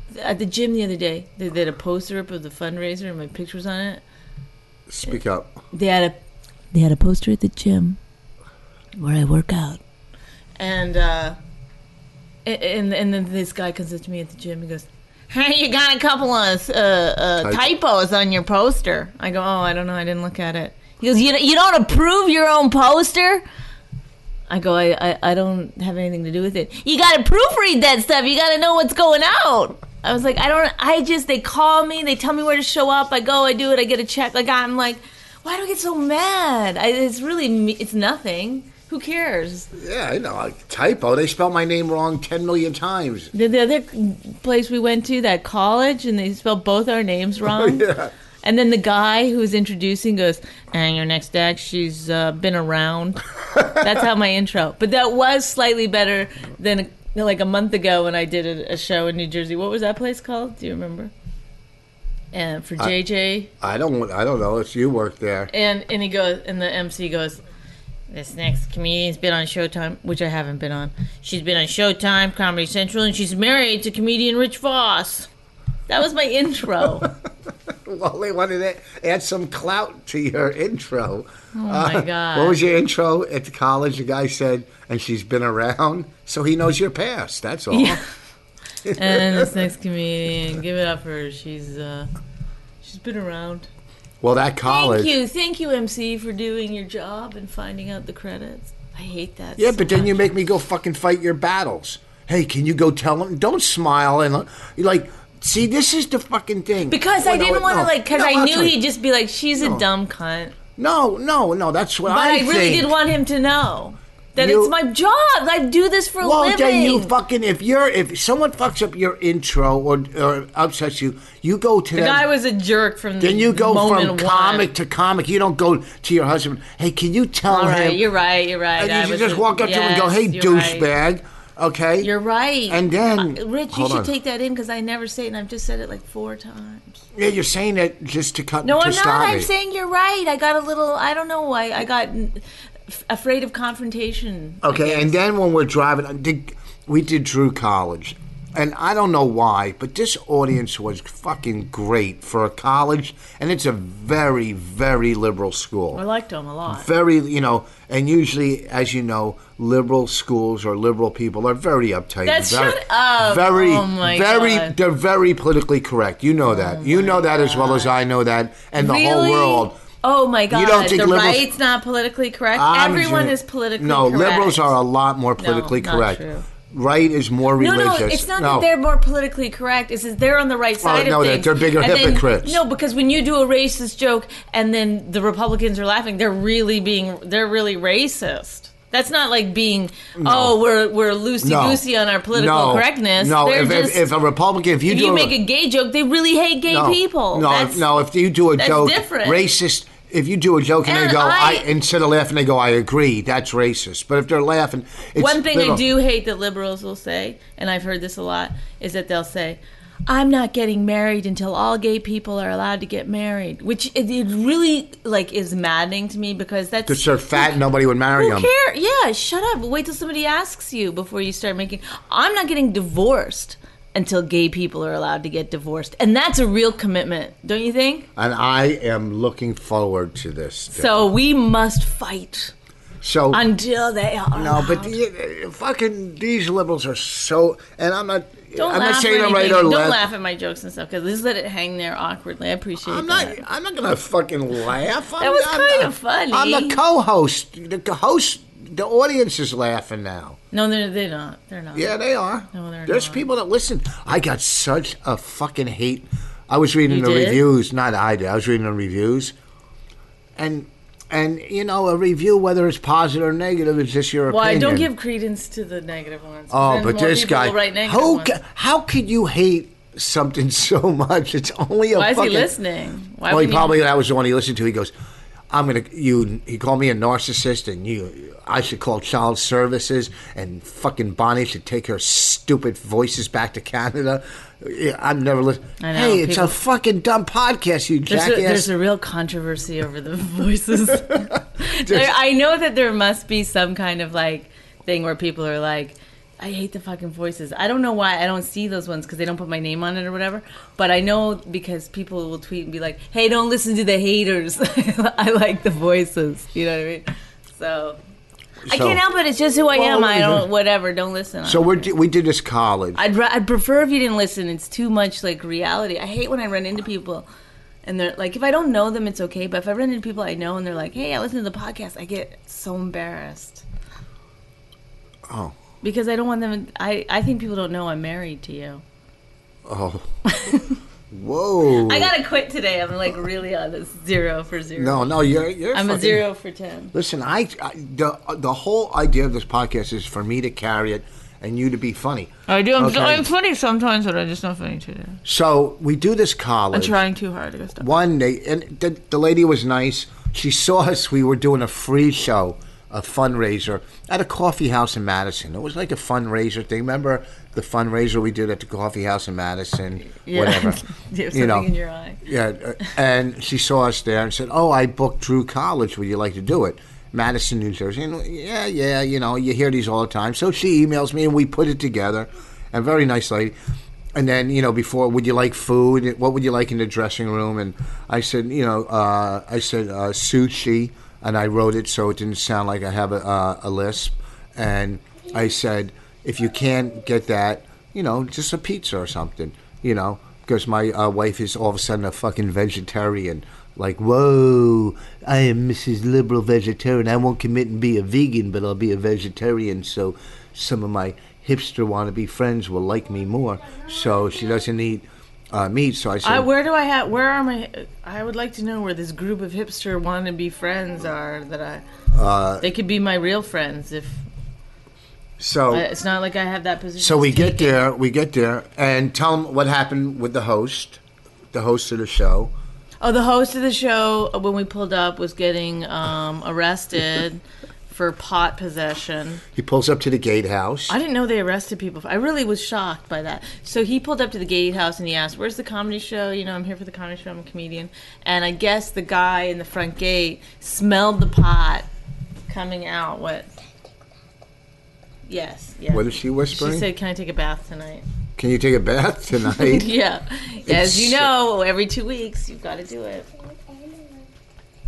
C: with, at the gym the other day, they did a poster up of the fundraiser and my pictures on it.
B: speak up.
C: They had a they had a poster at the gym where I work out, and uh, a- and and then this guy comes up to me at the gym. He goes, "Hey, you got a couple of uh, uh, typos on your poster." I go, "Oh, I don't know. I didn't look at it." He goes, "You you don't approve your own poster." I go, I, I, I don't have anything to do with it. You gotta proofread that stuff. You gotta know what's going out. I was like, I don't, I just, they call me, they tell me where to show up. I go, I do it, I get a check. Like, I'm like, why do I get so mad? I, it's really, me- it's nothing. Who cares?
B: Yeah, I know. Like, typo. They spell my name wrong 10 million times.
C: The, the other place we went to, that college, and they spelled both our names wrong.
B: Oh, yeah.
C: And then the guy who was introducing goes, "And your next dad, she's uh, been around." That's how my intro. But that was slightly better than like a month ago when I did a, a show in New Jersey. What was that place called? Do you remember? And for JJ,
B: I don't. I don't know. It's you work there.
C: and and he goes, and the MC goes, "This next comedian's been on Showtime, which I haven't been on. She's been on Showtime, Comedy Central, and she's married to comedian Rich Voss." That was my intro.
B: Well, they wanted to add some clout to your intro. Oh
C: my God.
B: What was your intro at the college? The guy said, "And she's been around, so he knows your past." That's all.
C: Yeah. and this next comedian, give it up for her. She's uh, she's been around.
B: Well, that college.
C: Thank you, thank you, MC, for doing your job and finding out the credits. I hate that.
B: Yeah,
C: so
B: but then you
C: much.
B: make me go fucking fight your battles. Hey, can you go tell him? Don't smile and uh, you're like. See, this is the fucking thing.
C: because
B: Well,
C: I
B: no,
C: didn't
B: wait,
C: want to
B: no.
C: like because
B: No,
C: I
B: I'll
C: knew
B: tell you.
C: he'd just be like, she's a dumb cunt.
B: No, no, no. That's what
C: But
B: I,
C: I, really
B: think.
C: did want him to know that
B: You-
C: it's my job. I do this for a
B: Well,
C: living.
B: then you fucking if you're if someone fucks up your intro or or upsets you, you go to
C: the
B: them.
C: guy was a jerk from
B: then you go
C: moment
B: from
C: one.
B: comic to comic. You don't go to your husband. Hey, can you tell
C: All right,
B: him?
C: you're right. You're right.
B: and
C: I
B: you should
C: was
B: just
C: a-
B: walk up to him and go, "Hey,
C: yes, you're right.
B: douchebag." Okay.
C: You're right.
B: And then-
C: Uh, Rich, you
B: hold
C: should
B: on.
C: take that in because I never say it, and I've just said it like four times.
B: yeah, you're saying that just to cut.
C: No,
B: to
C: I'm
B: stop
C: not. I'm
B: me.
C: saying you're right. I got a little. I don't know why. I got mm, f- afraid of confrontation.
B: Okay, and then when we're driving, I did, we did Drew College, and I don't know why, but this audience was fucking great for a college, and it's a very, very liberal school.
C: I liked him a lot.
B: very you know and usually as you know liberal schools or liberal people are very uptight
C: That's-
B: very,
C: shut up.
B: very
C: Oh, my
B: very
C: God. Oh
B: they're very politically correct you know that you know that as well as i know that and the whole
C: Really?
B: world
C: Oh my God!
B: You don't think
C: the
B: liberals-
C: right's not politically correct.
B: I'm
C: Everyone
B: ju-
C: is politically
B: no
C: correct.
B: liberals are a lot more politically
C: not
B: correct
C: true.
B: right is more
C: No,
B: religious
C: no, it's not that they're more politically correct. It's that they're on the right side
B: no,
C: of
B: they're-
C: things.
B: they're bigger
C: And then-
B: hypocrites.
C: no, because when you do a racist joke and then the Republicans are laughing, they're really being they're really racist. That's not like being oh we're we're loosey
B: no.
C: goosey on our political
B: No.
C: correctness.
B: No,
C: They're
B: if, if-
C: just-
B: if a Republican, if you
C: if
B: do
C: you
B: a-
C: make a gay joke, they really hate gay
B: no,
C: people.
B: No,
C: That's-
B: if, no, if you do a
C: that's
B: joke,
C: different.
B: racist. If you do a joke and,
C: And
B: they go, I,
C: I-
B: instead of laughing, they go, I agree, that's racist. But if they're laughing, it's
C: One thing
B: little-
C: I do hate that liberals will say, and I've heard this a lot, is that they'll say, "I'm not getting married until all gay people are allowed to get married," which it, it really like is maddening to me because that's
B: Because they're fat and nobody would marry
C: Who
B: them.
C: care? Yeah, shut up. Wait till somebody asks you before you start making. I'm not getting divorced until gay people are allowed to get divorced, and that's a real commitment, don't you think?
B: And I am looking forward to this. day.
C: So we must fight
B: so
C: until they are.
B: no, but
C: allowed.
B: the, uh, fucking these liberals are so. And I'm not.
C: Don't
B: I'm
C: laugh
B: not saying
C: or
B: I'm right
C: anything.
B: or left.
C: Don't laugh at my jokes and stuff because just let it hang there awkwardly. I appreciate
B: I'm not.
C: that.
B: I'm not gonna fucking laugh. I'm,
C: That was
B: I'm
C: kinda
B: not-
C: funny.
B: I'm the co-host. The host. The audience is laughing now.
C: No, they're they're not. They're not.
B: Yeah, they are.
C: No, they're
B: There's
C: not.
B: people that listen. I got such a fucking hate. I was reading
C: You
B: the
C: did?
B: reviews. Not I did. I was reading the reviews, and and you know a review whether it's positive or negative is just your
C: Well, I
B: opinion.
C: don't give credence to the negative ones.
B: Oh,
C: Then
B: but
C: more
B: this
C: people
B: guy.
C: will write negative
B: Who?
C: ones.
B: Ca- how could you hate something so much? It's only a
C: Why is
B: fucking.
C: he listening? Why
B: well, he
C: wouldn't
B: probably that was the one he listened to. He goes, "I'm gonna you." He called me a narcissist, and you. I should call child services, and fucking Bonnie should take her stupid voices back to Canada. Yeah, I'm never listening.
C: I know,
B: Hey, it's a
C: people-
B: fucking dumb podcast, you
C: There's a,
B: jackass.
C: there's a real controversy over the voices. there, I know that there must be some kind of like thing where people are like, I hate the fucking voices. I don't know why I don't see those ones because they don't put my name on it or whatever. But I know because people will tweet and be like, hey, don't listen to the haters. I like the voices. You know what I mean? So. I
B: So-
C: can't help it. It's just who I
B: Well,
C: am. I
B: you know.
C: don't. Whatever. Don't listen.
B: so we we did this college.
C: I'd, ra- I'd prefer if you didn't listen. It's too much like reality. I hate when I run into people and they're like, if I don't know them, it's okay. But if I run into people I know and they're like, hey, I listen to the podcast, I get so embarrassed.
B: Oh.
C: Because I don't want them. I, I think people don't know I'm married to you.
B: oh. Whoa.
C: I gotta quit today. I'm like really on this zero for zero.
B: no, no, you're you're.
C: I'm a
B: fucking-
C: zero for ten.
B: Listen, I, I the the whole idea of this podcast is for me to carry it and you to be funny.
C: I do. I'm,
B: Okay.
C: I'm funny sometimes, but I'm just not funny today.
B: So we do this
C: I'm
B: college.
C: trying too hard. I guess. What?
B: One day, and the, the lady was nice. She saw us. We were doing a free show, a fundraiser at a coffee house in Madison. It was like a fundraiser thing. Remember the fundraiser we did at the coffee house in Madison? Whatever.
C: You have
B: You
C: something
B: know.
C: in your eye.
B: Yeah, uh, and she saw us there and said, "Oh, I booked Drew College. Would you like to do it?" Madison, New Jersey. And yeah, yeah, you know, you hear these all the time. So she emails me, and we put it together. A very nice lady. And then you know, before, would you like food? What would you like in the dressing room? And I said, you know, uh, I said uh, sushi, and I wrote it so it didn't sound like I have a, uh, a lisp. And I said, if you can't get that, you know, just a pizza or something, you know, because my uh, wife is all of a sudden a fucking vegetarian. Like, whoa, I am Mrs. Liberal Vegetarian. I won't commit and be a vegan, but I'll be a vegetarian. So some of my hipster wannabe friends will like me more. So she doesn't eat uh, meat. So I said,
C: I, where do I have? Where are my? I would like to know where this group of hipster wannabe friends are that I.
B: uh,
C: they could be my real friends if
B: so.
C: I, it's not like I have that position.
B: So we get there, we get there, and tell them what happened with the host, the host of the show.
C: Oh, the host of the show uh, when we pulled up was getting um, arrested for pot possession.
B: He pulls up to the gatehouse.
C: I didn't know they arrested people. I really was shocked by that. So he pulled up to the gatehouse and he asked, "Where's the comedy show? You know, I'm here for the comedy show. I'm a comedian." And I guess the guy in the front gate smelled the pot coming out. What? Yes. Yeah.
B: What is she whispering?
C: She said, "Can I take a bath tonight?"
B: Can you take a bath tonight?
C: Yeah. As you
B: It's-
C: know, every two weeks you've got to do it.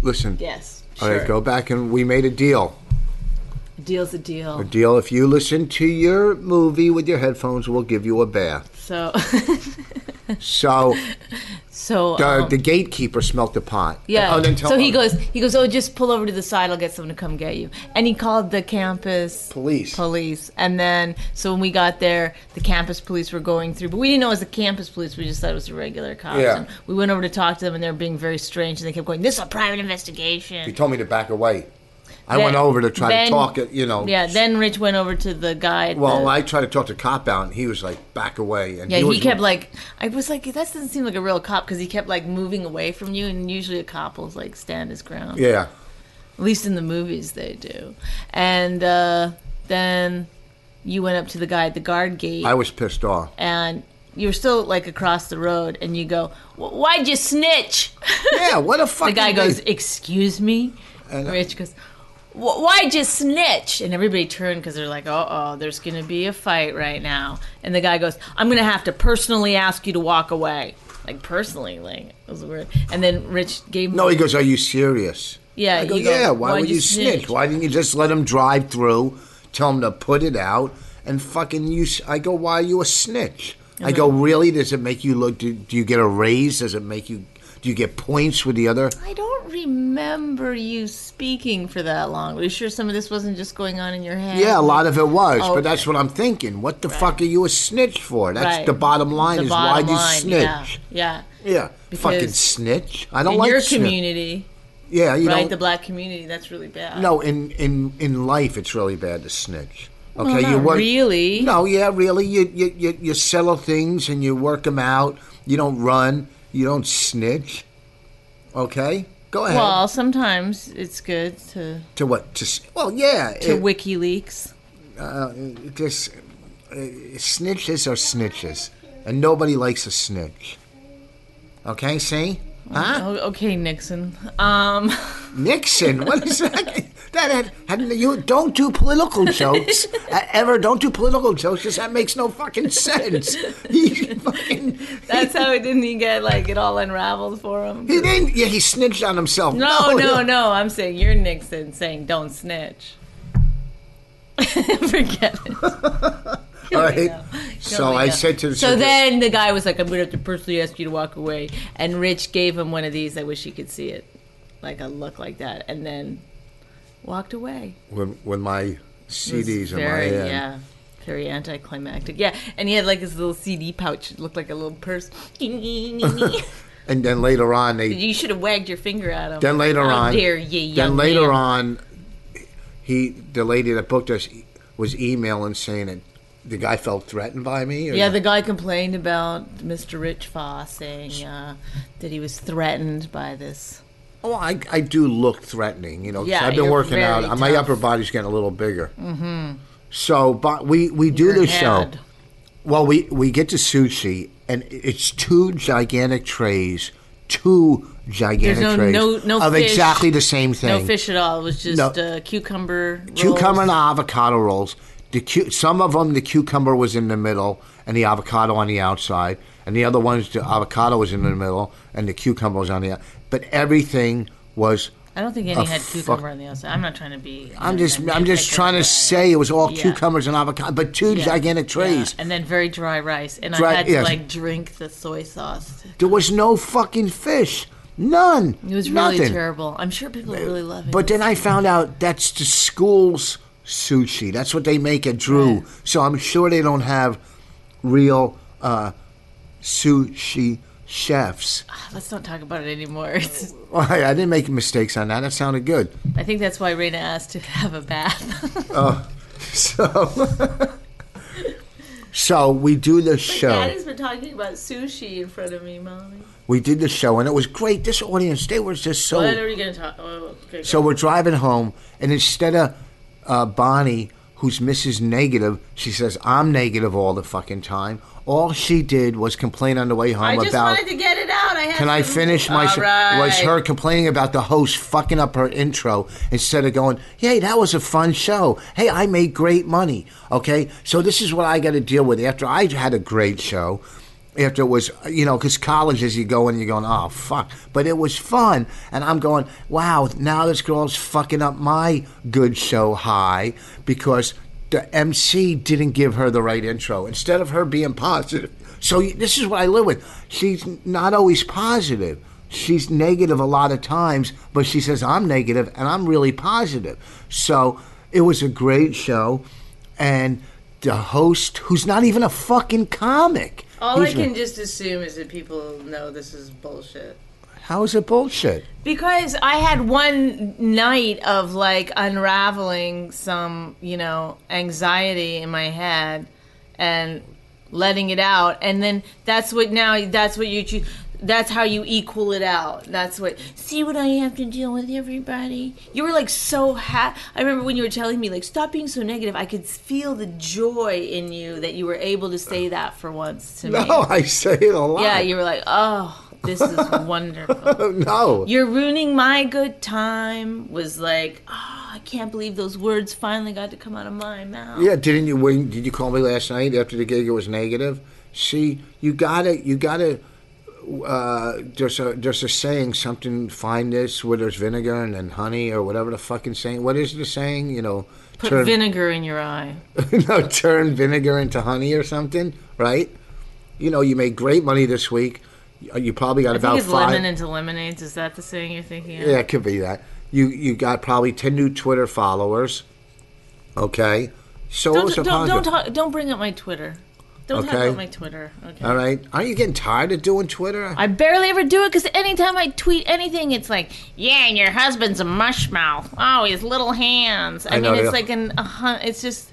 B: Listen.
C: Yes.
B: All right,
C: sure.
B: go back and we made a deal.
C: Deal's a
B: A
C: deal.
B: deal if you listen to your movie with your headphones, we'll give you a bath.
C: So,
B: So
C: so
B: the,
C: um,
B: the gatekeeper smelt the pot.
C: yeah.
B: Oh, then tell
C: so he
B: oh,
C: goes. He goes. Oh, just pull over to the side. I'll get someone to come get you. And he called the campus
B: Police.
C: police. And then, so when we got there, the campus police were going through, but we didn't know it was the campus police. We just thought it was the regular cops.
B: Yeah.
C: And we went over to talk to them, and they were being very strange. And they kept going, "This is a private investigation."
B: He told me to back away. I
C: Then-
B: went over to try
C: then-
B: to talk it, you know.
C: Yeah. Then Rich went over to the guy. at
B: Well,
C: the-
B: I tried to talk to cop out, and he was like, back away. And
C: Yeah, he,
B: was-
C: kept like I was like that doesn't seem like a real cop because he kept like moving away from you, and usually a cop will like stand his ground.
B: Yeah.
C: At least in the movies they do. And uh, then you went up to the guy at the guard gate,
B: I was pissed off.
C: and you were still like across the road, and you go, "Wh- "Why'd you snitch?"
B: Yeah, what a
C: the
B: fucking
C: guy goes,
B: thing.
C: "Excuse me."
B: And-
C: Rich goes. "Wh- Why'd you snitch? And everybody turned because they're like, "Uh oh, there's gonna be a fight right now." And the guy goes, "I'm gonna have to personally ask you to walk away." Like personally, like it was weird. And then Rich gave him
B: No, he goes, are you serious?
C: Yeah,
B: I go,
C: you go,
B: yeah, why
C: "Why'd
B: would
C: you
B: you snitch?
C: snitch?"
B: Why didn't you just let him drive through, tell him to put it out, and fucking you? s- I go, why are you a snitch? I go,
C: Uh-huh.
B: really? Does it make you look? Do, do you get a raise? Does it make you? Do you get points with the other?
C: I don't remember you speaking for that long. Are you sure some of this wasn't just going on in your head?
B: Yeah, a lot of it was,
C: Okay.
B: but that's what I'm thinking. What the fuck are you a snitch for? That's
C: Right.
B: the bottom line.
C: The
B: is
C: bottom
B: why do you
C: line,
B: snitch?
C: Yeah.
B: Yeah, fucking
C: Because
B: snitch. I
C: yeah.
B: don't
C: In
B: like
C: your
B: snitch.
C: community,
B: Yeah, you
C: right?
B: know,
C: The black community, that's really bad.
B: No, in in in life, it's really bad to snitch. Okay, you
C: not
B: work
C: really.
B: No, yeah, really. You you you, you settle things and you work them out. You don't run. You don't snitch. Okay, go ahead.
C: Well, sometimes it's good to
B: to what? To s- well, yeah.
C: to
B: it-
C: WikiLeaks.
B: it just uh, snitches are snitches, and nobody likes a snitch. Okay, see? Huh?
C: Oh, okay, Nixon. Um,
B: Nixon, what is that? That had, had you don't do political jokes uh, ever. Don't do political jokes because that makes no fucking sense. He fucking
C: that's how it didn't he get like it all unraveled for him.
B: he didn't. Yeah, he snitched on himself.
C: No, no,
B: yeah.
C: no. I'm saying you're Nixon saying don't snitch. Forget it.
B: All right.
C: Oh
B: So
C: my
B: I
C: God.
B: said to the
C: So then the guy was like, I'm going to have to personally ask you to walk away. And Rich gave him one of these. I wish you could see it. Like a look like that. And then walked away.
B: when when my
C: It was
B: CDs in my
C: very,
B: hand.
C: Yeah. Very anticlimactic. Yeah. And he had like his little CD pouch. It looked like a little purse. you
B: And then later on, they
C: should have wagged your finger at him.
B: Then later
C: How
B: on,
C: dare ye,
B: then
C: Oh, young
B: later
C: man.
B: on, he the lady that booked us was emailing saying that the guy felt threatened by me. Or
C: Yeah, the guy complained about Mr. Rich Foss saying uh, that he was threatened by this.
B: Oh, I, I do look threatening, you know. 'cause
C: Yeah,
B: I've been
C: you're
B: working out. Uh,
C: very
B: My
C: tough.
B: upper body's getting a little bigger. Mm-hmm. So, but we we do this show.
C: head.
B: Well, we we get to sushi, and it's two gigantic trays, two gigantic
C: There's no-
B: trays
C: no- no
B: of
C: fish.
B: exactly the same thing.
C: No fish at all. It was just
B: No.
C: uh, cucumber. Rolls.
B: cucumber and avocado rolls. The cu- some of them the cucumber was in the middle and the avocado on the outside, and the other ones the avocado was in the middle and the cucumber was on the. out- But everything was.
C: I don't think any
B: a
C: had
B: fuck-
C: cucumber on the outside. I'm not trying to be.
B: I'm just I'm just trying to say it was all cucumbers and avocado, but two gigantic trays.
C: and then very dry rice, and
B: Dry-
C: I had to
B: yes.
C: like drink the soy sauce.
B: There was no fucking fish, none.
C: It was really
B: nothing.
C: terrible. I'm sure people really love it.
B: But then I found out that's the school's sushi. That's what they make at Drew.
C: Right.
B: So I'm sure they don't have real uh, sushi chefs.
C: let's not talk about it anymore. It's-
B: I I didn't make mistakes on that. That sounded good.
C: I think that's why Raina asked to have a bath.
B: So, so we do this show.
C: Dad has been talking about sushi in front of me, mommy.
B: we did the show, and it was great. This audience, they were just so.
C: What are we gonna talk? Oh, okay,
B: So we're driving home, and instead of uh, Bonnie, who's Mrs. Negative, she says, I'm negative all the fucking time. All she did was complain on the way home
C: I just
B: about.
C: wanted to get it out. I had
B: Can I
C: some-
B: finish my?
C: All
B: s- Was
C: right.
B: her complaining about the host fucking up her intro instead of going, "Hey, that was a fun show. Hey, I made great money." Okay, so this is what I got to deal with after I had a great show. After it was, you know, because college is you go and you're going, oh fuck, but it was fun, and I'm going, wow, now this girl's fucking up my good show high because the MC didn't give her the right intro. Instead of her being positive, so you- this is what I live with. She's not always positive. She's negative a lot of times, but she says I'm negative and I'm really positive. So it was a great show, and the host, who's not even a fucking comic,
C: All I
B: he's-
C: can just assume is that people know this is bullshit.
B: how is it bullshit?
C: Because I had one night of like unraveling some, you know, anxiety in my head and letting it out. And then that's what now, that's what you choose. That's how you equal it out. That's what. See what I have to deal with, everybody. You were like so happy. I remember when you were telling me, like, stop being so negative. I could feel the joy in you that you were able to say that for once to me.
B: No, I say it a lot.
C: Yeah, you were like, oh, this is wonderful
B: no.
C: you're ruining my good time was like oh, i can't believe those words finally got to come out of my mouth
B: Yeah, didn't you? When did you call me last night after the gig? It was negative. See, you gotta, you gotta. Uh, there's a there's a saying something. Find this where there's vinegar and then honey or whatever the fucking saying. What is the saying? You know,
C: put
B: turn
C: vinegar in your eye
B: no turn vinegar into honey or something, right? You know, you made great money this week. Uh, You you probably got
C: i
B: about
C: think it's
B: five.
C: lemon into lemonades is that the saying you're thinking of
B: Yeah, it could be that. You you got probably ten new Twitter followers. Okay, so it
C: don't,
B: was a
C: don't, don't,
B: positive.
C: talk, don't bring up my twitter don't talk
B: Okay. Uh,
C: about my twitter okay
B: All right. Aren't you getting tired of doing Twitter?
C: I barely ever do it because anytime I tweet anything, it's like, yeah, and your husband's a mushmouth. Oh, his little hands. I,
B: I
C: mean,
B: know,
C: it's
B: yeah.
C: like an, a hun- it's just,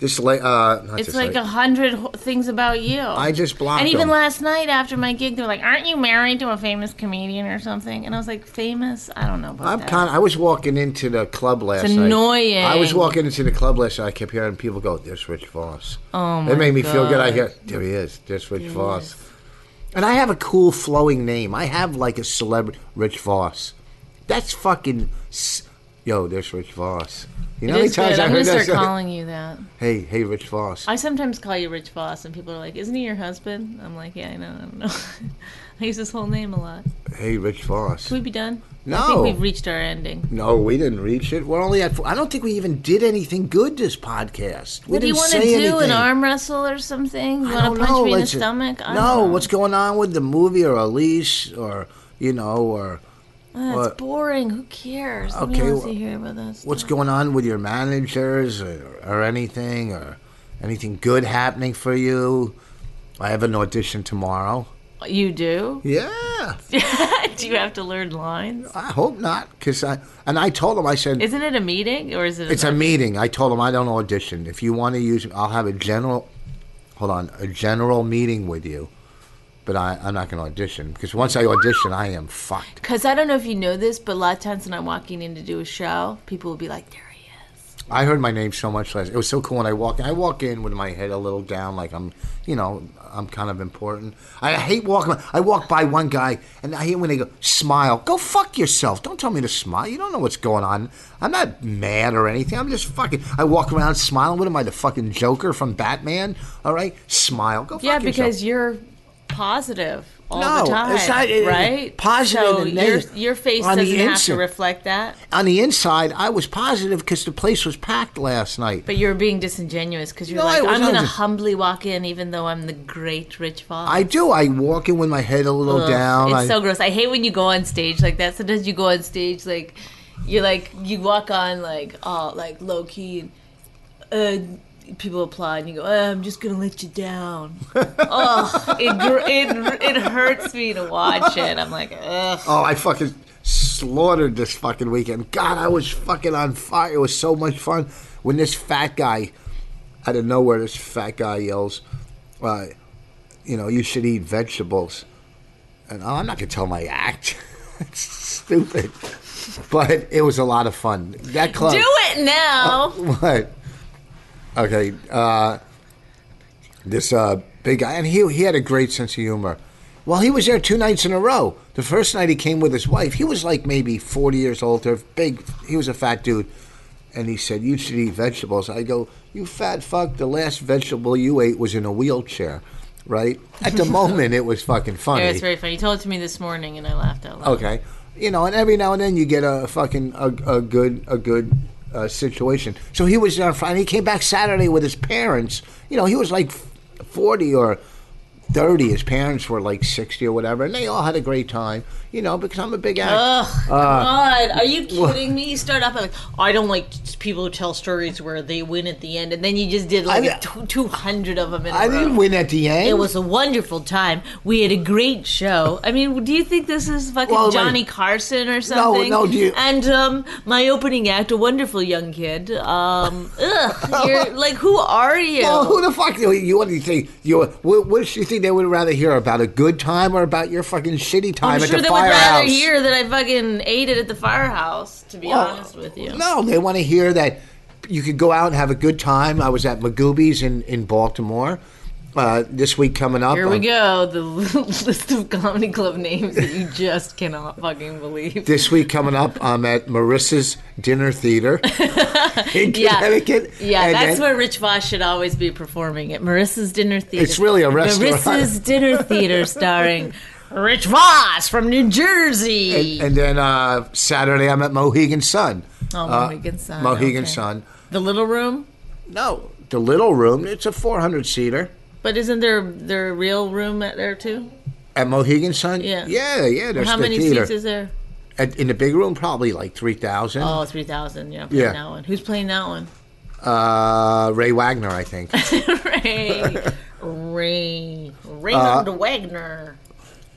B: This la- uh, not
C: it's
B: this
C: like
B: late.
C: a hundred ho- things about you.
B: I just blocked
C: And even
B: them.
C: last night after my gig, they were like, "Aren't you married to a famous comedian or something?" And I was like, "Famous? I don't know about
B: I'm
C: that."
B: kind. I was walking into the club last night.
C: annoying.
B: I was walking into the club last night. I kept hearing people go, "There's Rich Voss."
C: Oh my
B: It made me feel good. I
C: God.
B: hear, "There he is. There's Rich Voss." And I have a cool flowing name. I have like a celebrity, Rich Voss. That's fucking. s- Yo, there's Rich Voss. You know how many
C: It is
B: times
C: good.
B: I
C: I'm
B: heard
C: gonna
B: that?
C: start
B: song?
C: calling you that.
B: Hey, hey, Rich Voss.
C: I sometimes call you Rich Voss, and people are like, "Isn't he your husband?" I'm like, "Yeah, I know. I don't know." I use this whole name a lot.
B: Hey, Rich Voss.
C: Should we be done? I
B: No.
C: think we've reached our ending.
B: No, we didn't reach it. We're only at. Four. I don't think we even did anything good this podcast. We
C: What do you
B: didn't
C: want to do?
B: say
C: An
B: anything.
C: arm wrestle or something? You
B: I don't
C: want to punch
B: know.
C: me in the
B: Let's-
C: stomach? I
B: no,
C: don't know.
B: what's going on with the movie or Elise or you know or
C: Ah,
B: what-
C: it's boring. Who cares?
B: Okay,
C: Nobody wants
B: well,
C: to hear about this.
B: what's going on with your managers or, or anything or anything good happening for you? I have an audition tomorrow.
C: You do?
B: Yeah.
C: do you have to learn lines?
B: I hope not, because I and I told him I said
C: Isn't it a meeting or is it?
B: it's a meeting. I told him I don't audition. If you want to use, I'll have a general. Hold on, a general meeting with you, but I, I'm not going to audition because once I audition, I am fucked.
C: Because I don't know if you know this, but a lot of times when I'm walking in to do a show, people will be like, "There he is."
B: I heard my name so much last. It was so cool when I walk. I walk in with my head a little down, like I'm, you know, I'm kind of important. I hate walking. I walk by one guy, and I hate when they go smile. Go fuck yourself. Don't tell me to smile. You don't know what's going on. I'm not mad or anything. I'm just fucking. I walk around smiling. What am I, the fucking Joker from Batman? All right, smile. Go.
C: Yeah,
B: fuck yourself.
C: because you're positive all
B: No,
C: the time,
B: it's not- it-
C: right?
B: positive
C: So
B: and
C: your
B: negative.
C: your face
B: On the
C: doesn't have to
B: inside.
C: reflect that.
B: on the inside, I was positive because the place was packed last night.
C: But you're being disingenuous because you're
B: No,
C: like,
B: it was
C: I'm going to
B: not dis-
C: humbly walk in, even though I'm the great Rich Fox.
B: I do. I walk in with my head a little down.
C: It's
B: I,
C: so gross. I hate when you go on stage like that. Sometimes you go on stage like you're like you walk on like all like low key and uh, people applaud and you go, oh, I'm just gonna let you down. oh, it, gr- it it hurts me to watch it. I'm like, ugh.
B: Oh, I fucking slaughtered this fucking weekend. God, I was fucking on fire. It was so much fun. When this fat guy, out of nowhere, this fat guy yells, uh, you know, you should eat vegetables. And oh, I'm not going to tell my act. it's stupid. But it was a lot of fun. That club.
C: do it now.
B: What? Okay. Uh, this uh, big guy, and he he had a great sense of humor. Well, he was there two nights in a row. The first night he came with his wife. He was like maybe forty years old. Or big. He was a fat dude, and he said, "You should eat vegetables." I go, "You fat fuck! The last vegetable you ate was in a wheelchair, right?" At the moment, it was fucking funny.
C: Yeah, it's very funny. You told it to me this morning, and I laughed out loud.
B: Okay, you know, and every now and then you get a fucking a, a good a good uh, situation. So he was there on Friday. He came back Saturday with his parents. You know, he was like forty or thirty. His parents were like sixty or whatever, and they all had a great time. You know, because I'm a big Uh, actor.
C: God, are you kidding me? You start off like I don't like people who tell stories where they win at the end, and then you just did like
B: I-
C: two hundred of them in a
B: I
C: row.
B: didn't win at the end.
C: It was a wonderful time. We had a great show. I mean, do you think this is fucking
B: Well, wait.
C: Johnny Carson or something?
B: no, do you-
C: And um, my opening act, a wonderful young kid. Um, ugh, you're like, who are you?
B: Well, who the fuck do you want to think? You what, what do you think they would rather hear about a good time or about your fucking shitty time
C: I'm
B: at
C: sure
B: the
C: they would
B: firehouse?
C: rather hear that I fucking ate it at the firehouse. To be honest with you,
B: No, they want to hear that you could go out and have a good time. I was at Magoobies in, in Baltimore uh, this week coming up.
C: Here we
B: Um,
C: go. The list of comedy club names that you just cannot fucking believe.
B: This week coming up, I'm at Marissa's Dinner Theater in Connecticut.
C: Yeah,
B: And
C: that's
B: then-
C: where Rich Voss should always be performing at Marissa's Dinner Theater.
B: It's really a restaurant.
C: Marissa's Dinner Theater starring Rich Voss from New Jersey.
B: And then uh, Saturday, I'm at Mohegan Sun.
C: oh,
B: Uh,
C: Mohegan Sun.
B: Mohegan
C: okay.
B: Sun.
C: The Little Room?
B: No, the little room. It's a 400 seater.
C: But isn't there there a real room at there too?
B: At Mohegan Sun?
C: Yeah.
B: Yeah, yeah. There's
C: How
B: the
C: many
B: theater.
C: seats is there?
B: At- in the big room, probably like 3,000.
C: Oh, 3,000. Yeah, I'm playing
B: Yeah.
C: that one. Who's playing that one?
B: Uh, Ray Wagner, I think.
C: Ray. Ray. Raymond
B: Uh,
C: Wagner.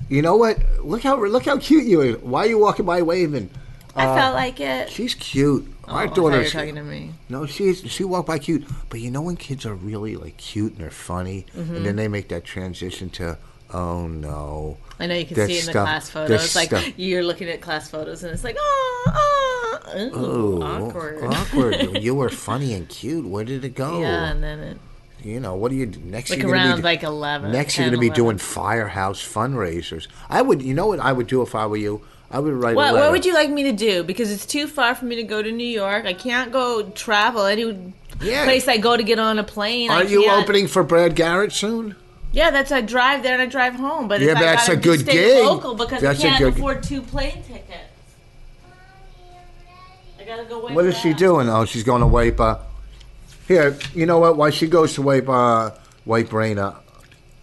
B: You know what? Look how look how cute you are. Why are you walking by waving?
C: I felt like it.
B: She's cute. Our
C: Oh, I thought you were
B: uh, daughter's
C: talking to me.
B: no, she's she walked by cute. But you know when kids are really like cute and they're funny,
C: Mm-hmm.
B: and then they make that transition to oh no.
C: I know you can
B: This
C: see in the
B: stuff-
C: class
B: this
C: photos, like
B: stuff-
C: you're looking at class photos, and it's like, oh,
B: Ooh,
C: awkward.
B: awkward. you were funny and cute. Where did it go?
C: yeah, and then it,
B: You know what do you do? next?
C: like
B: you're gonna
C: around
B: be,
C: like eleven.
B: next you're
C: 10,
B: gonna be
C: 11.
B: doing firehouse fundraisers. I would. You know what I would do if I were you? I would write a
C: What,
B: letter.
C: what would you like me to do? Because it's too far for me to go to New York. I can't go travel any
B: Yeah.
C: place I go to get on a plane. I
B: Aren't you
C: can't-
B: opening for Brad Garrett soon?
C: Yeah, that's I drive there and I drive home. But
B: Yeah,
C: it's,
B: but
C: I
B: that's
C: gotta
B: a good
C: stay
B: gig.
C: Local because
B: That's a
C: I can't
B: good-
C: afford two plane tickets. I gotta go. wipe
B: What is
C: it
B: she
C: out.
B: doing? Oh, she's going to wipe. Uh, here, you know what? While she goes to wipe, uh, wipe Raina,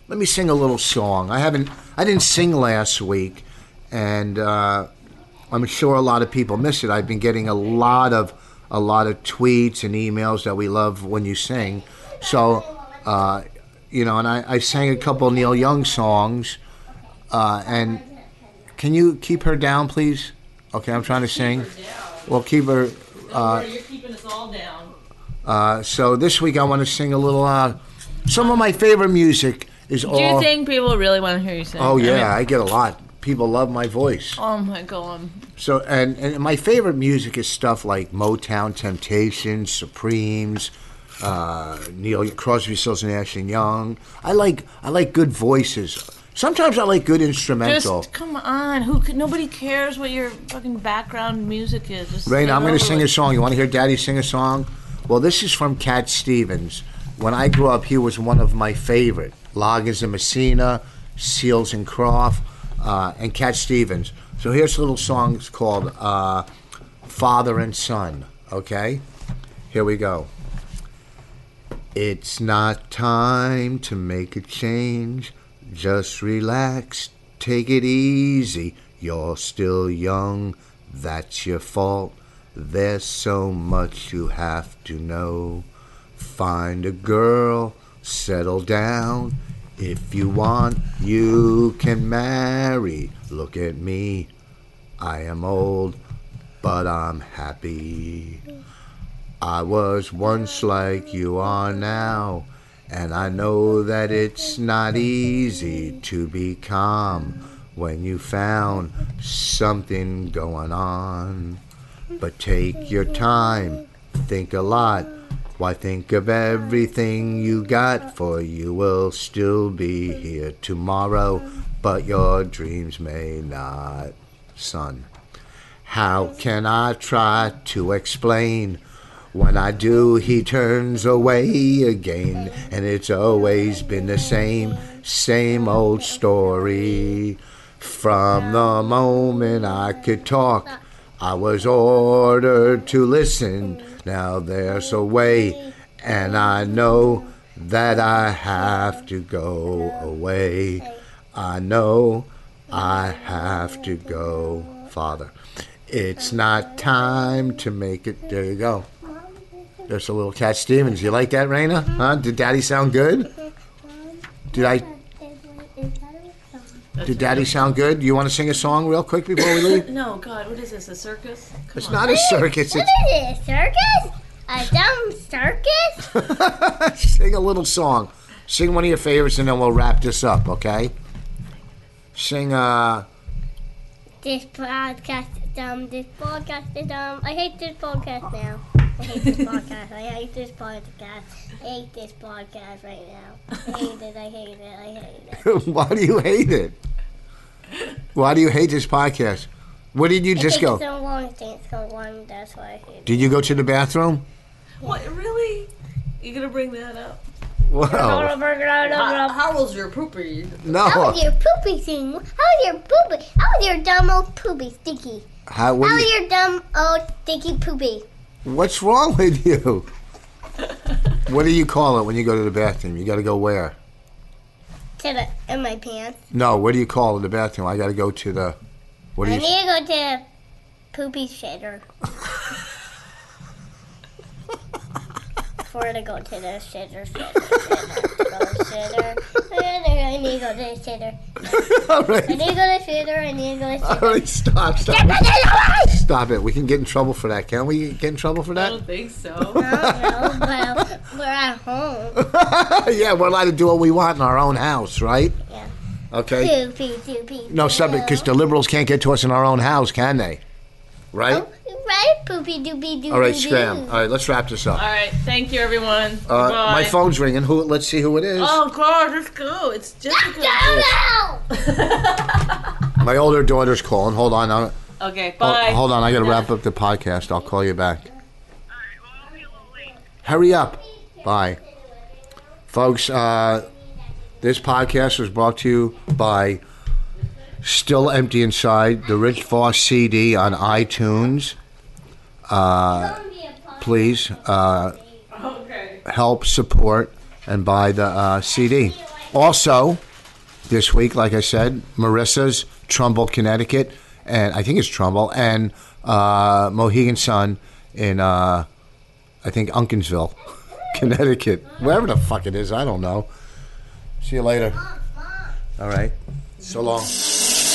B: let me sing a little song. I haven't, I didn't sing last week, and uh, I'm sure a lot of people miss it. I've been getting a lot of, a lot of tweets and emails that we love when you sing. So, uh, you know, and I, I sang a couple Neil Young songs, Uh, and can you keep her down, please? Okay, I'm trying to sing. Well, keep her.
D: You're keeping us all down.
B: Uh, so this week I want to sing a little. Uh, some of my favorite music is
D: Do
B: all.
D: you think people really want to hear you sing?
B: oh
D: I mean,
B: yeah, I get a lot. People love my voice.
D: oh my god.
B: So and, and my favorite music is stuff like Motown, Temptations, Supremes, uh, Neil Crosby, Stills and Nash and Young. I like I like good voices. Sometimes I like good instrumental.
D: Just come on. Who? c- Nobody cares what your fucking background music is. Just
B: Rain,
D: get
B: I'm going
D: over
B: to sing
D: it.
B: a song. You want to hear Daddy sing a song? Well, this is from Cat Stevens. When I grew up, he was one of my favorite. Loggins and Messina, Seals and Croft, uh, and Cat Stevens. So here's a little song it's called uh, Father and Son, okay? Here we go. It's not time to make a change. Just relax, take it easy. You're still young, that's your fault. There's so much you have to know. Find a girl, settle down. If you want, you can marry. Look at me, I am old, but I'm happy. I was once like you are now, and I know that it's not easy to be calm when you found something going on. But take your time, think a lot. Why think of everything you got? For you will still be here tomorrow, but your dreams may not, son. How can I try to explain? When I do, he turns away again, and it's always been the same, same old story. From the moment I could talk, I was ordered to listen. Now there's a way, and I know that I have to go away. I know I have to go, Father. It's not time to make it. There you go. There's a little Cat Stevens. You like that, Raina? Huh? Did Daddy sound good? Did I? Did Daddy sound good? You want to sing a song real quick before we leave?
D: No, God, what is this? A circus? Come
B: It's
D: on.
B: not a circus.
E: What
B: It's
E: is it? A circus? A dumb circus?
B: sing a little song. Sing one of your favorites, and then we'll wrap this up. Okay? Sing. Uh,
E: This podcast is dumb. This podcast is dumb. I hate this podcast now. I hate this podcast. I hate this podcast. I hate this podcast right now. I hate it. I hate it. I hate it.
B: why do you hate it? Why do you hate this podcast? Where did you just
E: it takes
B: go?
E: so long. It takes so long. That's why I hate it.
B: Did you go to the bathroom?
D: What really? You gonna bring that up?
B: Wow.
D: How, how was your pooper?
E: How
B: No.
E: was your poopy thing? How was your poopy? How was your dumb old poopy sticky?
B: How, what
E: How
B: do
E: was
B: you-
E: your dumb old sticky poopy?
B: what's wrong with you? What do you call it when you go to the bathroom? You got to go where?
E: To the, in my pants.
B: No, what do you call the bathroom? I got to go to the. What do
E: I
B: you?
E: need to go to the poopy shitter. Before to go to the shitter, shitter, shitter, go shitter. I need to go to the shitter.
B: All
E: I
B: right.
E: need to go to the shitter. I need to go to the
B: All right. Stop. Stop.
E: shitter.
B: Stop it. We can get in trouble for that. Can we get in trouble for
D: I
B: that?
D: don't think so.
E: No, well, we're at home.
B: yeah, we're allowed to do what we want in our own house, right?
E: Yeah.
B: Okay.
E: Poopy, poopy.
B: No, stop it, because the liberals can't get to us in our own house, can they? Right.
D: Oh,
E: Right, poopy doopy doopy.
B: All right, scram. All right, let's wrap this up.
D: All right, thank you, everyone.
B: Uh,
D: Goodbye.
B: my phone's ringing. Who? Let's see who it is.
D: Oh God, let's go. It's Jessica.
B: My older daughter's calling. Hold on. I'll,
D: okay,
B: Oh,
D: bye.
B: hold on, I gotta wrap up the podcast. I'll call you back. Hurry up. Bye. Folks, uh, this podcast was brought to you by Still Empty Inside, the Rich Voss CD on iTunes. Uh, Please uh, help, support, and buy the uh, CD. Also, this week, like I said, Marissa's Trumbull, Connecticut, and I think it's Trumbull and uh, Mohegan Sun in uh, I think Unkinsville, Connecticut, wherever the fuck it is. I don't know. See you later. All right. So long.